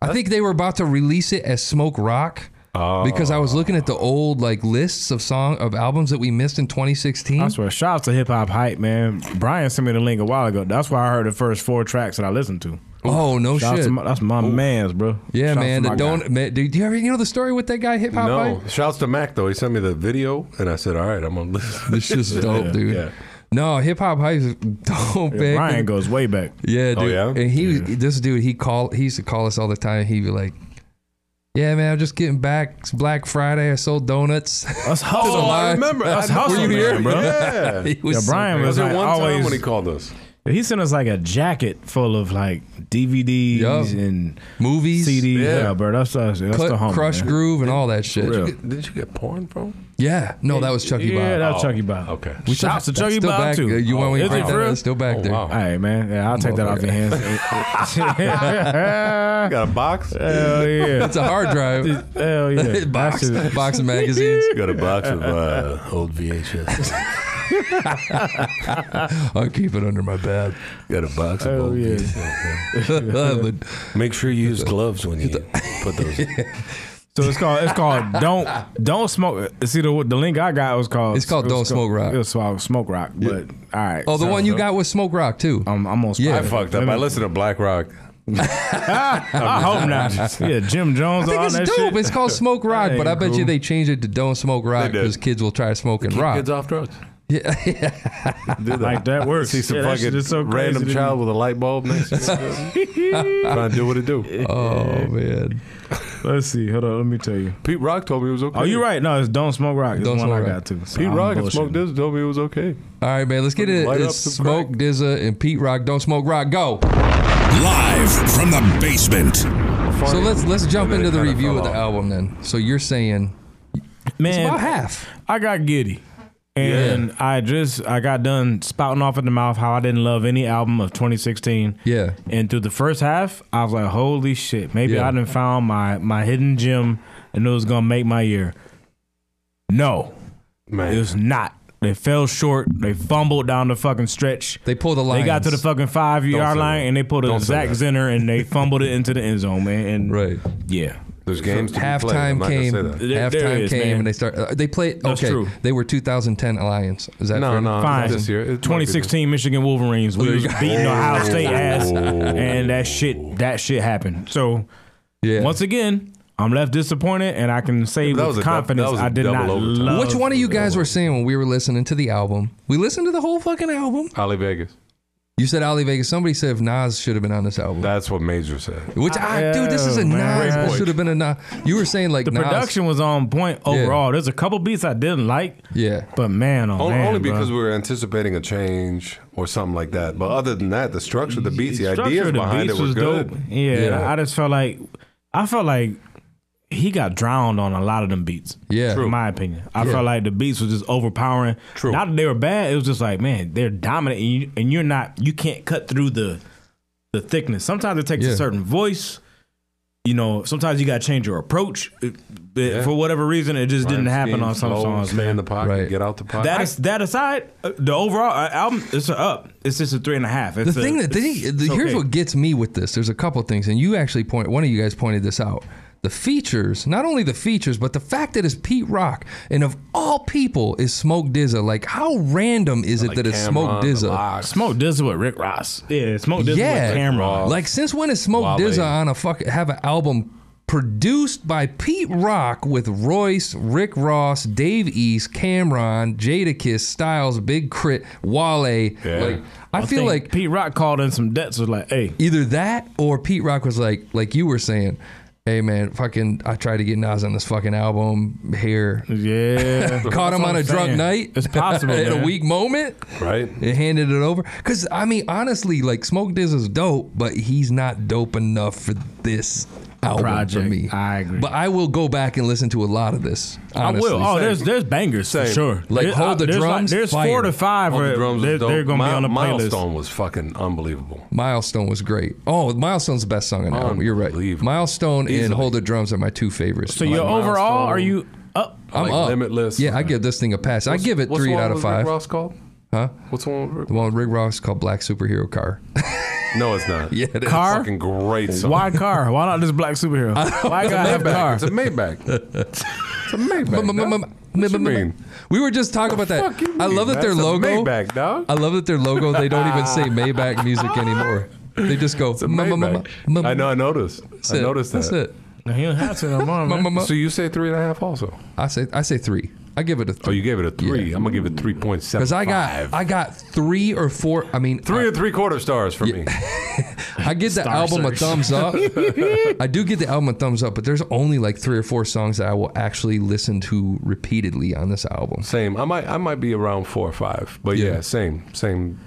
[SPEAKER 5] I think they were about to release it as Smoke Rock because I was looking at the old like lists of song of albums that we missed in 2016.
[SPEAKER 4] I swear, shout out to Hip Hop Hype, man. Brian sent me the link a while ago. That's why I heard the first four tracks that I listened to.
[SPEAKER 5] Oh no
[SPEAKER 4] Shout out to
[SPEAKER 5] shit!
[SPEAKER 4] my- that's my man's, bro.
[SPEAKER 5] yeah,
[SPEAKER 4] Shout out
[SPEAKER 5] man.
[SPEAKER 4] to
[SPEAKER 5] The
[SPEAKER 4] my guy.
[SPEAKER 5] don't man, do you ever you know the story with that guy Hip Hop? Hype?
[SPEAKER 6] No, shouts to Mac though. He sent me the video, and I said, "All right, I'm gonna <laughs> listen."
[SPEAKER 5] This shit's dope, dude.
[SPEAKER 6] yeah.
[SPEAKER 5] No, hip hop hype is <laughs> dope,
[SPEAKER 4] Yeah,
[SPEAKER 5] man.
[SPEAKER 4] Brian goes way back.
[SPEAKER 5] Yeah, dude.
[SPEAKER 6] Oh, yeah?
[SPEAKER 5] And he, this dude, he call, he used to call us all the time. He'd be like, "Yeah, man, I'm just getting back. It's Black Friday. I sold donuts." <laughs>
[SPEAKER 4] That's hustle.
[SPEAKER 5] lot.
[SPEAKER 6] I remember.
[SPEAKER 4] Oh, That's
[SPEAKER 6] I-
[SPEAKER 4] hustle,
[SPEAKER 6] were you
[SPEAKER 4] man,
[SPEAKER 6] here,
[SPEAKER 5] <laughs>
[SPEAKER 4] bro.
[SPEAKER 6] Yeah.
[SPEAKER 5] He was
[SPEAKER 4] Yeah,
[SPEAKER 5] so
[SPEAKER 4] Brian
[SPEAKER 5] great.
[SPEAKER 4] was
[SPEAKER 6] was there
[SPEAKER 4] like
[SPEAKER 6] one time
[SPEAKER 4] always-
[SPEAKER 6] when he called us?
[SPEAKER 4] <laughs> He sent us like a jacket full of like DVDs
[SPEAKER 5] Yup.
[SPEAKER 4] and
[SPEAKER 5] movies,
[SPEAKER 4] CDs. Yeah.
[SPEAKER 6] Yeah.
[SPEAKER 4] bro. That's us. That's
[SPEAKER 5] Cut-
[SPEAKER 4] the homie.
[SPEAKER 5] Crush
[SPEAKER 4] man.
[SPEAKER 5] Groove, and all that
[SPEAKER 4] For
[SPEAKER 5] shit.
[SPEAKER 4] real.
[SPEAKER 6] Did you get porn from?
[SPEAKER 5] Yeah, no, that was Chucky Bob.
[SPEAKER 4] Yeah,
[SPEAKER 5] Oh.
[SPEAKER 4] that's Chucky Bob.
[SPEAKER 6] Okay.
[SPEAKER 5] We still-
[SPEAKER 4] Shout out to
[SPEAKER 5] that's
[SPEAKER 4] Chucky
[SPEAKER 5] still
[SPEAKER 4] Bob
[SPEAKER 5] back.
[SPEAKER 4] too.
[SPEAKER 5] Uh, You want me to
[SPEAKER 4] Is
[SPEAKER 5] break
[SPEAKER 4] it
[SPEAKER 5] that?
[SPEAKER 4] for real?
[SPEAKER 5] It's still back
[SPEAKER 6] Oh,
[SPEAKER 5] there.
[SPEAKER 6] wow.
[SPEAKER 4] All right, man. Yeah, I'll take that off your hands.
[SPEAKER 5] <laughs>
[SPEAKER 6] I got a box.
[SPEAKER 4] Hell yeah.
[SPEAKER 5] It's a hard drive.
[SPEAKER 4] Hell <laughs>
[SPEAKER 5] <laughs>
[SPEAKER 4] yeah.
[SPEAKER 5] box,
[SPEAKER 4] That's just-
[SPEAKER 5] box of
[SPEAKER 4] <laughs>
[SPEAKER 5] magazines. <laughs>
[SPEAKER 6] got a box of uh, old VHS.
[SPEAKER 5] I keep it under my bed.
[SPEAKER 6] got a box of
[SPEAKER 4] Hell
[SPEAKER 6] old
[SPEAKER 4] Oh, yeah.
[SPEAKER 6] VHS.
[SPEAKER 5] Oh, But
[SPEAKER 6] Make sure you
[SPEAKER 4] <laughs>
[SPEAKER 6] use gloves when you put those. in.
[SPEAKER 4] So it's called it's called don't don't smoke. See the the link I got was called
[SPEAKER 5] It's called
[SPEAKER 4] it was
[SPEAKER 5] Don't Smoke Rock.
[SPEAKER 4] It was called smoke rock. But all right.
[SPEAKER 5] oh, the
[SPEAKER 4] so
[SPEAKER 5] one you got was Smoke Rock too.
[SPEAKER 4] I'm I'm on.
[SPEAKER 5] Yeah.
[SPEAKER 6] I fucked up. I listened to Black Rock.
[SPEAKER 4] I hope not.
[SPEAKER 6] <laughs>
[SPEAKER 4] Yeah, Jim Jones.
[SPEAKER 5] I think
[SPEAKER 4] all
[SPEAKER 5] it's
[SPEAKER 4] that
[SPEAKER 5] dope.
[SPEAKER 4] shit.
[SPEAKER 5] It's called
[SPEAKER 4] <laughs>
[SPEAKER 5] Smoke Rock,
[SPEAKER 4] That
[SPEAKER 5] but I
[SPEAKER 4] ain't
[SPEAKER 5] bet you
[SPEAKER 4] cool.
[SPEAKER 5] they changed it to Don't Smoke Rock
[SPEAKER 6] They did.
[SPEAKER 5] because kids will try smoking rock.
[SPEAKER 6] Kids off drugs. <laughs>
[SPEAKER 4] like that works.
[SPEAKER 6] See some
[SPEAKER 4] Yeah, that shit
[SPEAKER 6] fucking
[SPEAKER 4] is so crazy
[SPEAKER 6] random
[SPEAKER 4] to
[SPEAKER 6] child
[SPEAKER 4] me.
[SPEAKER 6] with a light bulb next to him. <laughs> Trying to do Uh, what it do.
[SPEAKER 5] Oh man,
[SPEAKER 4] Let's see. Hold on. Let me tell you.
[SPEAKER 6] Pete Rock told me it was okay.
[SPEAKER 4] Oh, you're right. No, it's don't smoke rock. It's
[SPEAKER 5] Don't
[SPEAKER 4] the one
[SPEAKER 5] Smoke
[SPEAKER 4] I
[SPEAKER 5] Rock.
[SPEAKER 4] got too. So
[SPEAKER 6] Pete
[SPEAKER 4] I'm
[SPEAKER 6] Rock and
[SPEAKER 4] bullshitting.
[SPEAKER 6] Smoke This told me it was okay.
[SPEAKER 5] all right, man. Let's get it.
[SPEAKER 6] Light
[SPEAKER 5] It's
[SPEAKER 6] up some crack.
[SPEAKER 5] Smoke Dizza and Pete Rock. Don't Smoke Rock. Go.
[SPEAKER 12] Live from the basement.
[SPEAKER 5] So let's let's jump
[SPEAKER 6] And then
[SPEAKER 5] into
[SPEAKER 6] it
[SPEAKER 5] the
[SPEAKER 6] kinda
[SPEAKER 5] review
[SPEAKER 6] fell
[SPEAKER 5] of the
[SPEAKER 6] off.
[SPEAKER 5] album then. So you're saying
[SPEAKER 4] Man,
[SPEAKER 5] about half.
[SPEAKER 4] I got giddy. And I just I got done spouting off at the mouth how I didn't love any album of 2016.
[SPEAKER 5] Yeah.
[SPEAKER 4] And through the first half, I was like, "Holy shit! Maybe
[SPEAKER 5] Yeah.
[SPEAKER 4] I done found my my hidden gem, and it was gonna make my year." No,
[SPEAKER 6] Man.
[SPEAKER 4] it was not. They fell short. They fumbled down the fucking stretch.
[SPEAKER 5] They pulled the line.
[SPEAKER 4] They got to the fucking five yard
[SPEAKER 6] say
[SPEAKER 4] line
[SPEAKER 6] that.
[SPEAKER 4] and they pulled a
[SPEAKER 6] Don't say
[SPEAKER 4] Zach
[SPEAKER 6] that.
[SPEAKER 4] Zinner and they fumbled it into the end zone, man. And
[SPEAKER 5] right.
[SPEAKER 4] yeah,
[SPEAKER 6] There's games to be played. I'm
[SPEAKER 5] Halftime
[SPEAKER 6] not gonna
[SPEAKER 5] came.
[SPEAKER 6] say that.
[SPEAKER 4] There- there
[SPEAKER 5] Halftime
[SPEAKER 4] is,
[SPEAKER 5] came
[SPEAKER 4] man.
[SPEAKER 5] and they start. uh, they played.
[SPEAKER 4] That's
[SPEAKER 5] okay,
[SPEAKER 4] true.
[SPEAKER 5] they were 2010 Alliance. Is that
[SPEAKER 6] No,
[SPEAKER 5] fair?
[SPEAKER 6] no,
[SPEAKER 4] Fine.
[SPEAKER 6] This year, It might be this-
[SPEAKER 4] 2016 Michigan Wolverines. We was beating Ohio State ass,
[SPEAKER 6] Oh.
[SPEAKER 4] and that shit, that shit happened. So
[SPEAKER 5] Yeah.
[SPEAKER 4] once again, I'm left disappointed, and I can say
[SPEAKER 6] That was
[SPEAKER 4] with
[SPEAKER 6] a dou-
[SPEAKER 4] confidence
[SPEAKER 6] that was a
[SPEAKER 4] I did not
[SPEAKER 6] double overtime.
[SPEAKER 4] love.
[SPEAKER 5] Which one of you guys were saying when we were listening to the album? We listened to the whole fucking album.
[SPEAKER 6] Ali Vegas.
[SPEAKER 5] You said Ali Vegas. Somebody said if Nas should have been on this album.
[SPEAKER 6] That's what Major said.
[SPEAKER 5] Which I,
[SPEAKER 4] Yeah,
[SPEAKER 5] dude, this is a
[SPEAKER 4] man.
[SPEAKER 5] Nas.
[SPEAKER 4] Great
[SPEAKER 5] This
[SPEAKER 4] point.
[SPEAKER 5] should have been a Nas. You were saying like
[SPEAKER 4] The
[SPEAKER 5] Nas.
[SPEAKER 4] production was on point overall. There's a couple beats I didn't like,
[SPEAKER 5] Yeah.
[SPEAKER 4] but man, oh
[SPEAKER 6] Only,
[SPEAKER 4] man,
[SPEAKER 6] only
[SPEAKER 4] bro.
[SPEAKER 6] because we were anticipating a change or something like that. But other than that, the structure of the beats, the,
[SPEAKER 4] structure
[SPEAKER 6] ideas
[SPEAKER 4] of the
[SPEAKER 6] behind
[SPEAKER 4] beats
[SPEAKER 6] it were good.
[SPEAKER 4] Yeah,
[SPEAKER 5] Yeah.
[SPEAKER 4] I just felt like I felt like he got drowned on a lot of them beats.
[SPEAKER 5] Yeah. True.
[SPEAKER 4] in my opinion, I felt like the beats was just overpowering.
[SPEAKER 6] True.
[SPEAKER 4] not that they were bad. It was just like man, they're dominant, and, you, and you're not. You can't cut through the the thickness. Sometimes it takes
[SPEAKER 5] Yeah.
[SPEAKER 4] a certain voice. You know, sometimes you got to change your approach. It- but For whatever reason, it just didn't
[SPEAKER 6] Rhyme
[SPEAKER 4] happen
[SPEAKER 6] scheme,
[SPEAKER 4] on some
[SPEAKER 6] flow,
[SPEAKER 4] songs,
[SPEAKER 6] Stay
[SPEAKER 4] man.
[SPEAKER 6] in the pocket,
[SPEAKER 5] Right.
[SPEAKER 6] get out the pocket.
[SPEAKER 4] That is that aside, uh, the overall uh, album it's a up. It's just a three and a half. It's
[SPEAKER 5] The thing
[SPEAKER 4] a,
[SPEAKER 5] that they,
[SPEAKER 4] it's-
[SPEAKER 5] the,
[SPEAKER 4] it's
[SPEAKER 5] here's
[SPEAKER 4] okay.
[SPEAKER 5] what gets me with this. There's a couple things, and you actually point one of you guys pointed this out. The features, not only the features, but the fact that it's Pete Rock, and of all people, is Smoke Dizza. Like, how random is it that it's Smoke
[SPEAKER 6] Cameron,
[SPEAKER 5] Dizza?
[SPEAKER 6] Lox.
[SPEAKER 4] Smoke Dizzy with Rick Ross. Yeah, Smoke Dizzy
[SPEAKER 5] Yeah,
[SPEAKER 4] with Cameron.
[SPEAKER 5] Like, since when is
[SPEAKER 6] Wale.
[SPEAKER 5] Smoke Dizza on a fuck have an album Produced by Pete Rock with Royce, Rick Ross, Dave East, Cameron, Jadakiss, Styles, Big Crit, Wale. Like I, feel
[SPEAKER 4] think
[SPEAKER 5] like
[SPEAKER 4] Pete Rock called in some debts. Was like, hey,
[SPEAKER 5] either that or Pete Rock was like, like you were saying, hey man, fucking, I tried to get Nas on this fucking album here.
[SPEAKER 4] Yeah,
[SPEAKER 5] <laughs> caught him on a drunk night.
[SPEAKER 4] It's
[SPEAKER 5] <laughs>
[SPEAKER 4] possible.
[SPEAKER 5] at
[SPEAKER 4] man.
[SPEAKER 5] a weak moment.
[SPEAKER 6] Right.
[SPEAKER 5] It handed it over. Cause I mean, honestly, like Smoke Diz is dope, but he's not dope enough for this album for
[SPEAKER 4] Project.
[SPEAKER 5] me.
[SPEAKER 4] I agree.
[SPEAKER 5] But I will go back and listen to a lot of this. honestly.
[SPEAKER 4] I will. Oh, there's there's bangers for
[SPEAKER 5] Same.
[SPEAKER 4] sure.
[SPEAKER 5] Like
[SPEAKER 4] There-
[SPEAKER 5] Hold the
[SPEAKER 4] there's like-
[SPEAKER 5] Drums,
[SPEAKER 4] there's
[SPEAKER 5] fire.
[SPEAKER 4] four to five.
[SPEAKER 6] All
[SPEAKER 4] Where
[SPEAKER 6] the drums
[SPEAKER 4] they're
[SPEAKER 6] was dope.
[SPEAKER 4] they're gonna
[SPEAKER 6] Mi-
[SPEAKER 4] be on the playlist.
[SPEAKER 6] Milestone was fucking unbelievable.
[SPEAKER 5] Milestone was great. Oh, Milestone's the best song on the album. You're right. Milestone and
[SPEAKER 6] Easily.
[SPEAKER 5] Hold the Drums are my two favorites.
[SPEAKER 4] So your overall, are you up?
[SPEAKER 5] I'm
[SPEAKER 6] Like
[SPEAKER 5] up.
[SPEAKER 6] Limitless.
[SPEAKER 5] Yeah, I give this thing a pass. I
[SPEAKER 6] What's-
[SPEAKER 5] give it
[SPEAKER 6] what's the
[SPEAKER 5] three
[SPEAKER 6] one
[SPEAKER 5] out of
[SPEAKER 6] with Rick
[SPEAKER 5] five.
[SPEAKER 6] Ross called?
[SPEAKER 5] Huh?
[SPEAKER 6] What's the one? With
[SPEAKER 5] <laughs> The one with Rick Ross is called Black Superhero Car.
[SPEAKER 6] No, it's not.
[SPEAKER 5] yeah, it is.
[SPEAKER 4] Car?
[SPEAKER 6] Fucking great song.
[SPEAKER 4] Why car? Why not just black
[SPEAKER 5] <laughs>
[SPEAKER 4] superhero? Why
[SPEAKER 6] It's a
[SPEAKER 4] gotta have
[SPEAKER 6] Maybach.
[SPEAKER 4] car?
[SPEAKER 6] It's a Maybach. It's a
[SPEAKER 5] <laughs>
[SPEAKER 6] Maybach.
[SPEAKER 5] Mm,
[SPEAKER 6] dog.
[SPEAKER 5] mm, mm, mm,
[SPEAKER 6] What you
[SPEAKER 5] mm, mm.
[SPEAKER 6] mean?
[SPEAKER 5] We were just talking about that.
[SPEAKER 6] Fuck you
[SPEAKER 5] I
[SPEAKER 6] mean?
[SPEAKER 5] love that
[SPEAKER 6] That's a
[SPEAKER 5] their logo.
[SPEAKER 6] Maybach, dog.
[SPEAKER 5] I love that their logo. They don't
[SPEAKER 6] <laughs>
[SPEAKER 5] even say Maybach music anymore. They just go.
[SPEAKER 6] It's a Maybach. I know. I noticed.
[SPEAKER 5] That's
[SPEAKER 6] I
[SPEAKER 5] it.
[SPEAKER 6] noticed
[SPEAKER 5] That's
[SPEAKER 6] that.
[SPEAKER 5] it.
[SPEAKER 4] No, he don't have to
[SPEAKER 5] <laughs>
[SPEAKER 4] no more, man.
[SPEAKER 5] mm, mm.
[SPEAKER 6] So you say three and a half also?
[SPEAKER 5] I say I say three. I give it a
[SPEAKER 6] Oh,
[SPEAKER 5] three
[SPEAKER 6] you gave it a three. I'm gonna give it three point seven.
[SPEAKER 5] because I got I got three or four. I mean,
[SPEAKER 6] three or three quarter stars for
[SPEAKER 5] <laughs>
[SPEAKER 6] me.
[SPEAKER 5] I give the
[SPEAKER 4] Star
[SPEAKER 5] album a
[SPEAKER 4] search.
[SPEAKER 6] <laughs>
[SPEAKER 5] thumbs up. I do give the album a thumbs up, but there's only like three or four songs that I will actually listen to repeatedly on this album.
[SPEAKER 6] Same. I might I might be around four or five. But yeah,
[SPEAKER 5] Yeah.
[SPEAKER 6] same. Same.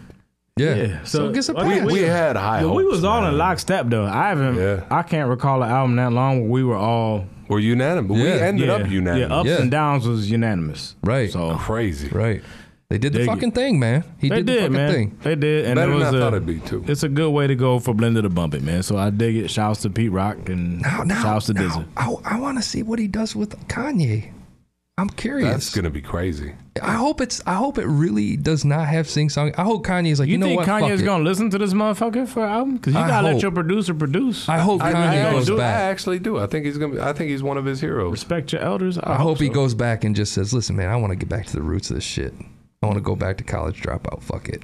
[SPEAKER 5] Yeah.
[SPEAKER 4] Yeah,
[SPEAKER 5] So, it gets a
[SPEAKER 4] I mean,
[SPEAKER 5] pass.
[SPEAKER 6] We had high
[SPEAKER 4] But we
[SPEAKER 6] hopes.
[SPEAKER 4] was all in lockstep though. I haven't.
[SPEAKER 6] Yeah.
[SPEAKER 4] I can't recall an album that long where we were all.
[SPEAKER 6] We're unanimous. We
[SPEAKER 5] Yeah.
[SPEAKER 6] ended
[SPEAKER 4] yeah,
[SPEAKER 6] up unanimous.
[SPEAKER 4] Yeah, ups
[SPEAKER 5] Yeah.
[SPEAKER 4] and downs was unanimous.
[SPEAKER 5] Right.
[SPEAKER 4] So
[SPEAKER 6] Crazy.
[SPEAKER 5] right. They did the
[SPEAKER 4] Dig it.
[SPEAKER 5] fucking thing, man. He
[SPEAKER 4] they
[SPEAKER 5] did, the
[SPEAKER 4] did,
[SPEAKER 5] fucking
[SPEAKER 4] man.
[SPEAKER 5] thing.
[SPEAKER 4] They did, and
[SPEAKER 6] Better
[SPEAKER 4] it
[SPEAKER 6] than
[SPEAKER 4] was
[SPEAKER 6] I
[SPEAKER 4] a,
[SPEAKER 6] thought it'd be too.
[SPEAKER 4] It's a good way to go for Blender to bump it, man. So I dig it. Shouts to Pete Rock and
[SPEAKER 5] Now, now,
[SPEAKER 4] shouts to
[SPEAKER 5] now,
[SPEAKER 4] Dizzy.
[SPEAKER 5] I, want to see what he does with Kanye. I'm curious.
[SPEAKER 6] That's gonna be crazy.
[SPEAKER 5] I hope it's. I hope it really does not have sing song. I hope Kanye's like. You,
[SPEAKER 4] You,
[SPEAKER 5] know
[SPEAKER 4] think
[SPEAKER 5] what? Fuck
[SPEAKER 4] Kanye's
[SPEAKER 5] it."
[SPEAKER 4] gonna listen to this motherfucker for an album? Because you
[SPEAKER 5] I
[SPEAKER 4] gotta
[SPEAKER 5] hope.
[SPEAKER 4] let your producer produce.
[SPEAKER 5] I hope Kanye
[SPEAKER 6] I,
[SPEAKER 5] goes
[SPEAKER 6] actually, I
[SPEAKER 5] back.
[SPEAKER 6] actually do. I think he's gonna. Be, I think he's one of his heroes.
[SPEAKER 4] respect your elders. I,
[SPEAKER 5] I hope he
[SPEAKER 4] so.
[SPEAKER 5] goes back and just says, "Listen, man, I want to get back to the roots of this shit. I want to go back to college dropout. Fuck it."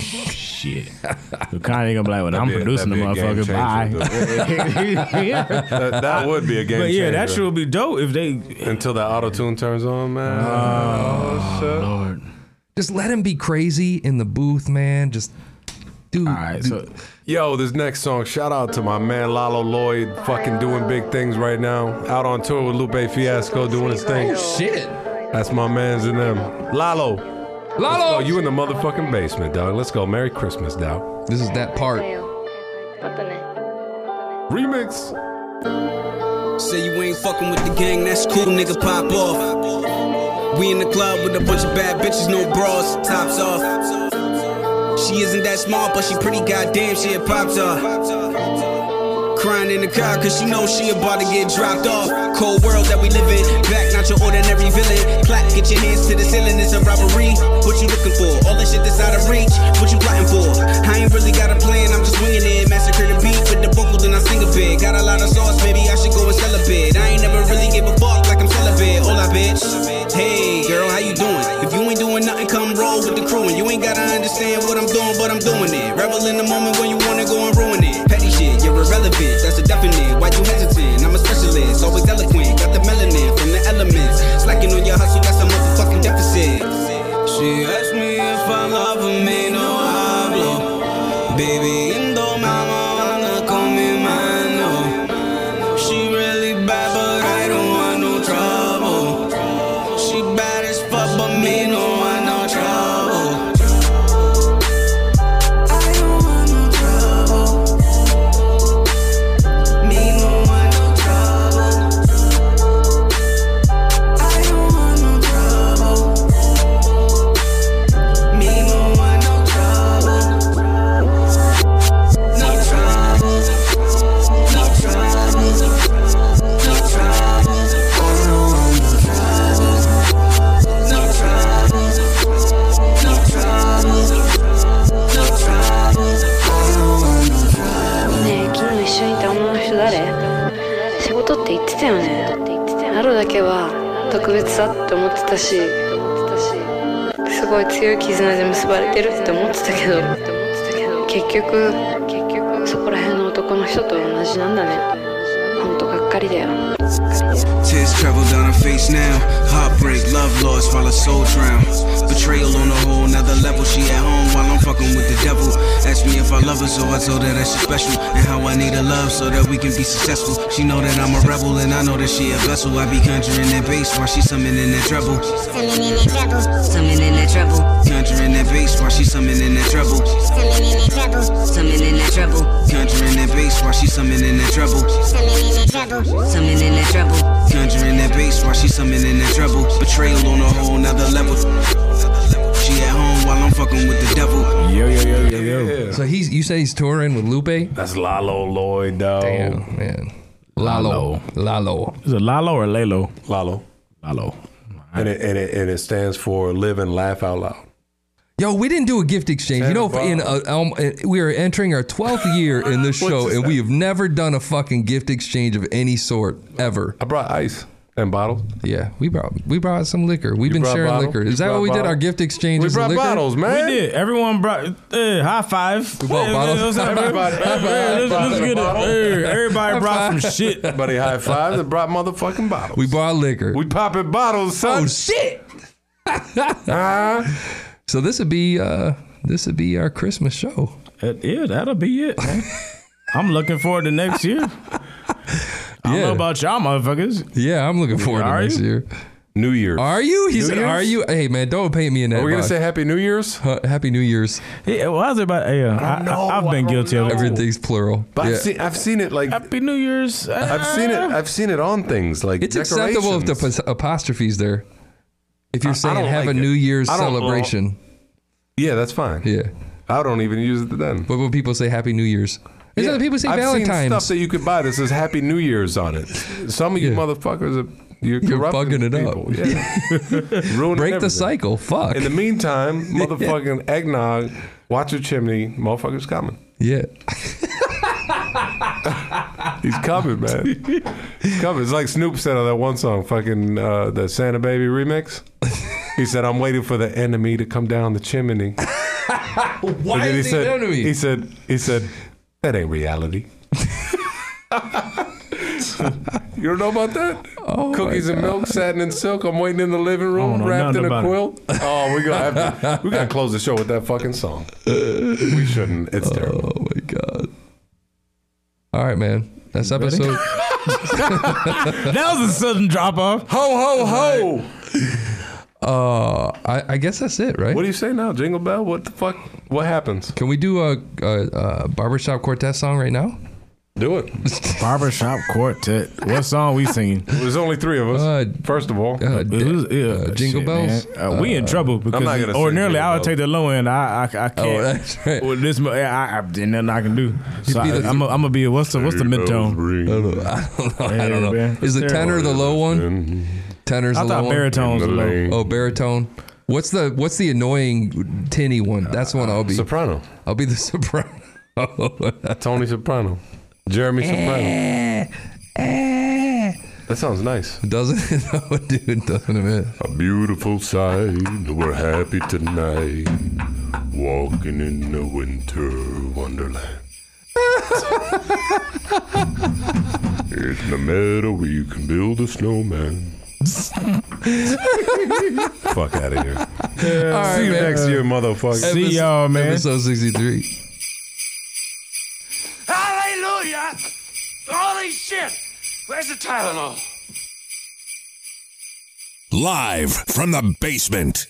[SPEAKER 4] Shit, But Kanye gonna be like, "Well, I'm
[SPEAKER 6] be a-
[SPEAKER 4] producing the
[SPEAKER 6] that'd be a game
[SPEAKER 4] motherfucker." Bye. <laughs> Yeah.
[SPEAKER 6] <laughs> That, that would be a game
[SPEAKER 4] But
[SPEAKER 6] changer.
[SPEAKER 4] yeah, that shit would be dope if they.
[SPEAKER 6] Until that auto tune turns on, man. Oh, shit.
[SPEAKER 4] Lord.
[SPEAKER 5] Just let him be crazy in the booth, man. Just, dude.
[SPEAKER 4] All right, so
[SPEAKER 6] Yo, this next song, shout out to my man Lalo Lloyd, fucking doing big things right now. Out on tour with Lupe Fiasco, doing his thing.
[SPEAKER 5] shit.
[SPEAKER 6] That's my man's in them. Lalo,
[SPEAKER 5] Lalo,
[SPEAKER 6] oh, you in the motherfucking basement, dog. Let's go. Merry Christmas, dog.
[SPEAKER 5] This is that part.
[SPEAKER 6] Remix.
[SPEAKER 8] Say you ain't fucking with the gang, that's cool, nigga, pop off. We in the club with a bunch of bad bitches, no bras, tops off. She isn't that smart, but she pretty goddamn, she a pop star. Crying in the car, cause she knows she about to get dropped off. Cold world that we live in, back, not your ordinary villain. Clap, get your hands to the ceiling, it's a robbery. What you looking for? All that shit that's out of reach, what you plotting for? I ain't really got a plan, I'm just winging it. Massacre the beat with the vocals, then I sing a bit. Got a lot of sauce, maybe I should go and sell a bit. I ain't never really give a fuck like I'm celibate. Hola, bitch. Hey, girl, how you doing? If you ain't doing nothing, come roll with the crew. And you ain't gotta understand what I'm doing, but I'm doing it. Revel in the moment when you wanna go and ruin it. Petty shit, you're irrelevant, that's a definite. Why you hesitant? I'm a specialist, always eloquent. Got the melanin from the elements. Slacking on your hustle, that's a motherfucking deficit. She asked me if I love her, me no hablo. Baby, indomable, con mi mano. She really bad, but I don't want no trouble. She bad as fuck, but me no want no trouble. I don't want no trouble. Me no want no trouble. I don't want no trouble. Me no want no trouble. No trouble. No trouble. No trouble. I don't want no trouble. No trouble. No trouble. No trouble. I don't want no trouble.
[SPEAKER 13] ねえ昨日一緒にいた女の人誰仕事って言ってたよねハロだけは特別だって思ってたしすごい強い絆で結ばれてるって思ってたけど結局そこら辺の男の人と同じなんだね本当がっかりだよ
[SPEAKER 8] Tears travel down her face now. Heartbreak, love lost while her soul drown. Betrayal on a whole nother level. She at home while I'm fucking with the devil. Asked me if I love her, so I told her that she's special. And how I need her love so that we can be successful. She know that I'm a rebel, and I know that she a vessel. I be conjuring that bass while she summoning that treble. Summoning that treble. Summoning that treble. Conjuring that bass while she summoning that treble. Summoning that treble. Summoning that treble. Conjuring that bass while she summoning that treble. Summoning that treble. Summoning that treble. Conjuring that bass while she summoning that treble. Betrayal on a whole nother level. She at home while I'm fucking with the devil.
[SPEAKER 5] Yo, yo, yo, yo, yo. So he's you say he's touring with
[SPEAKER 6] Oh.
[SPEAKER 5] Lupe? That's Lalo Lloyd, though. Damn, man. Lalo. Lalo.
[SPEAKER 4] Is it Lalo or Lalo?
[SPEAKER 6] Lalo.
[SPEAKER 4] Lalo.
[SPEAKER 6] And it, and it and it stands for live and laugh out loud.
[SPEAKER 5] Yo, we didn't do a gift exchange. You know, in a, um, uh, we are entering our 12th year in
[SPEAKER 6] <laughs>
[SPEAKER 5] this show, and we have never done a fucking gift exchange of any sort ever. I
[SPEAKER 6] brought ice and bottles.
[SPEAKER 5] Yeah, we brought we brought some liquor. We've
[SPEAKER 6] You
[SPEAKER 5] been
[SPEAKER 6] brought
[SPEAKER 5] sharing
[SPEAKER 6] bottle?
[SPEAKER 5] liquor.
[SPEAKER 6] You
[SPEAKER 5] Is that
[SPEAKER 6] brought
[SPEAKER 5] what we did?
[SPEAKER 6] bottle?
[SPEAKER 5] Our gift exchange.
[SPEAKER 6] We
[SPEAKER 5] is
[SPEAKER 6] brought
[SPEAKER 5] liquor?
[SPEAKER 6] bottles, man.
[SPEAKER 4] We did. Everyone brought uh, high five. We <laughs>
[SPEAKER 5] bought bottles.
[SPEAKER 6] Everybody- everybody brought a bottle.
[SPEAKER 4] Everybody brought some shit.
[SPEAKER 6] Everybody high fives and brought motherfucking bottles.
[SPEAKER 5] We bought liquor.
[SPEAKER 6] We popping bottles, son.
[SPEAKER 5] Oh shit! so this would be uh, this would be our Christmas show.
[SPEAKER 4] That- yeah, that'll be it. man. I'm looking forward to next year. I don't know about y'all motherfuckers.
[SPEAKER 5] Yeah, I'm looking forward
[SPEAKER 4] Are
[SPEAKER 5] to next
[SPEAKER 4] you?
[SPEAKER 5] year.
[SPEAKER 6] New Year.
[SPEAKER 5] Are you? He
[SPEAKER 4] New
[SPEAKER 5] said,
[SPEAKER 4] Year's?
[SPEAKER 5] "Are you?" Hey man, don't paint me in that.
[SPEAKER 4] Are we gonna
[SPEAKER 5] box.
[SPEAKER 4] say
[SPEAKER 6] Happy New Year's?
[SPEAKER 5] Huh, Happy New Year's.
[SPEAKER 4] Yeah, why is everybody? Hey, uh, I, I, have been guilty of it.
[SPEAKER 5] Everything's plural.
[SPEAKER 6] But
[SPEAKER 5] Yeah.
[SPEAKER 6] I've seen I've seen it like
[SPEAKER 4] Happy New Year's.
[SPEAKER 6] I've seen it I've seen it on things like
[SPEAKER 5] It's acceptable if the
[SPEAKER 6] decorations.
[SPEAKER 5] pos- apostrophe's there. If
[SPEAKER 6] I-
[SPEAKER 5] you're
[SPEAKER 6] I
[SPEAKER 5] saying
[SPEAKER 6] don't
[SPEAKER 5] have
[SPEAKER 6] like
[SPEAKER 5] a
[SPEAKER 6] it.
[SPEAKER 5] New Year's
[SPEAKER 6] I don't-
[SPEAKER 5] celebration,
[SPEAKER 6] Yeah, that's fine.
[SPEAKER 5] Yeah.
[SPEAKER 6] I don't even use it then.
[SPEAKER 5] But when people say Happy New Year's, Is that people say
[SPEAKER 6] I've Seen
[SPEAKER 5] Valentine's?
[SPEAKER 6] stuff that you could buy that says Happy New Year's on it. Some of you motherfuckers are you're,
[SPEAKER 5] You're
[SPEAKER 6] corrupting
[SPEAKER 5] bugging it up.
[SPEAKER 6] people. Yeah.
[SPEAKER 5] <laughs>
[SPEAKER 6] Ruining
[SPEAKER 5] Break the
[SPEAKER 6] everything.
[SPEAKER 5] cycle. Fuck.
[SPEAKER 6] In the meantime, motherfucking eggnog, watch your chimney. Motherfucker's coming.
[SPEAKER 5] <laughs> Yeah.
[SPEAKER 6] He's coming, man. He's coming. It's like Snoop said on that one song, fucking uh, the Santa Baby remix. He said, "I'm waiting for the enemy to come down the chimney."
[SPEAKER 5] Why
[SPEAKER 6] And then
[SPEAKER 5] is he
[SPEAKER 6] said,
[SPEAKER 5] doing to me?
[SPEAKER 6] He said, "He said that ain't reality." you don't know about that? Cookies and milk, satin and silk. I'm waiting in the living
[SPEAKER 4] don't
[SPEAKER 6] room,
[SPEAKER 4] know
[SPEAKER 6] wrapped in
[SPEAKER 4] nothing
[SPEAKER 6] a
[SPEAKER 4] about it.
[SPEAKER 6] quilt. Oh, we gonna have to, we <laughs> gotta close the show with that fucking song. We shouldn't. It's terrible.
[SPEAKER 5] Oh my god. All right, man. That's episode.
[SPEAKER 4] <laughs> that was a sudden drop off.
[SPEAKER 6] Ho ho ho!
[SPEAKER 5] Uh, I, I guess that's it, right?
[SPEAKER 6] What do you say now? Jingle bell? What the fuck? What happens?
[SPEAKER 5] Can we do a, a, a barbershop quartet song right now?
[SPEAKER 6] Do it.
[SPEAKER 4] Barbershop Quartet. What song we singing?
[SPEAKER 6] There's only three of us.
[SPEAKER 5] Uh,
[SPEAKER 6] first of all,
[SPEAKER 5] Uh,
[SPEAKER 4] It was- yeah,
[SPEAKER 5] Jingle
[SPEAKER 4] shit,
[SPEAKER 5] bells?
[SPEAKER 4] man. Uh, we in trouble because
[SPEAKER 6] not gonna sing
[SPEAKER 4] ordinarily
[SPEAKER 6] Jingle
[SPEAKER 4] I would
[SPEAKER 6] Bells.
[SPEAKER 4] take the low end. I I, I can't.
[SPEAKER 5] Oh, that's right.
[SPEAKER 4] With this, mu- I, I, I there's nothing I can do. So I,
[SPEAKER 5] be the-
[SPEAKER 4] I'm gonna be a, what's the what's the midtone?
[SPEAKER 5] <laughs> I don't know. I don't know.
[SPEAKER 4] man.
[SPEAKER 5] Is the
[SPEAKER 4] Terrible.
[SPEAKER 5] tenor the low one? Tenor's
[SPEAKER 4] I
[SPEAKER 5] the low
[SPEAKER 4] thought
[SPEAKER 5] one.
[SPEAKER 4] baritones were low.
[SPEAKER 5] Oh, baritone. What's the what's the annoying tinny one? That's the one I'll be.
[SPEAKER 6] Soprano.
[SPEAKER 5] I'll be the <laughs> soprano.
[SPEAKER 6] Tony Soprano. Jeremy Soprano. eh, That sounds nice.
[SPEAKER 5] doesn't <laughs> it? No, dude, doesn't it?
[SPEAKER 6] A beautiful sight. We're happy tonight. Walking in the winter wonderland. in the meadow, we can build a snowman. Fuck out of here. See you next year, motherfucker.
[SPEAKER 4] See y'all, man.
[SPEAKER 5] Episode sixty three.
[SPEAKER 9] Hallelujah! Holy shit! Where's the Tylenol?
[SPEAKER 2] Live from the basement.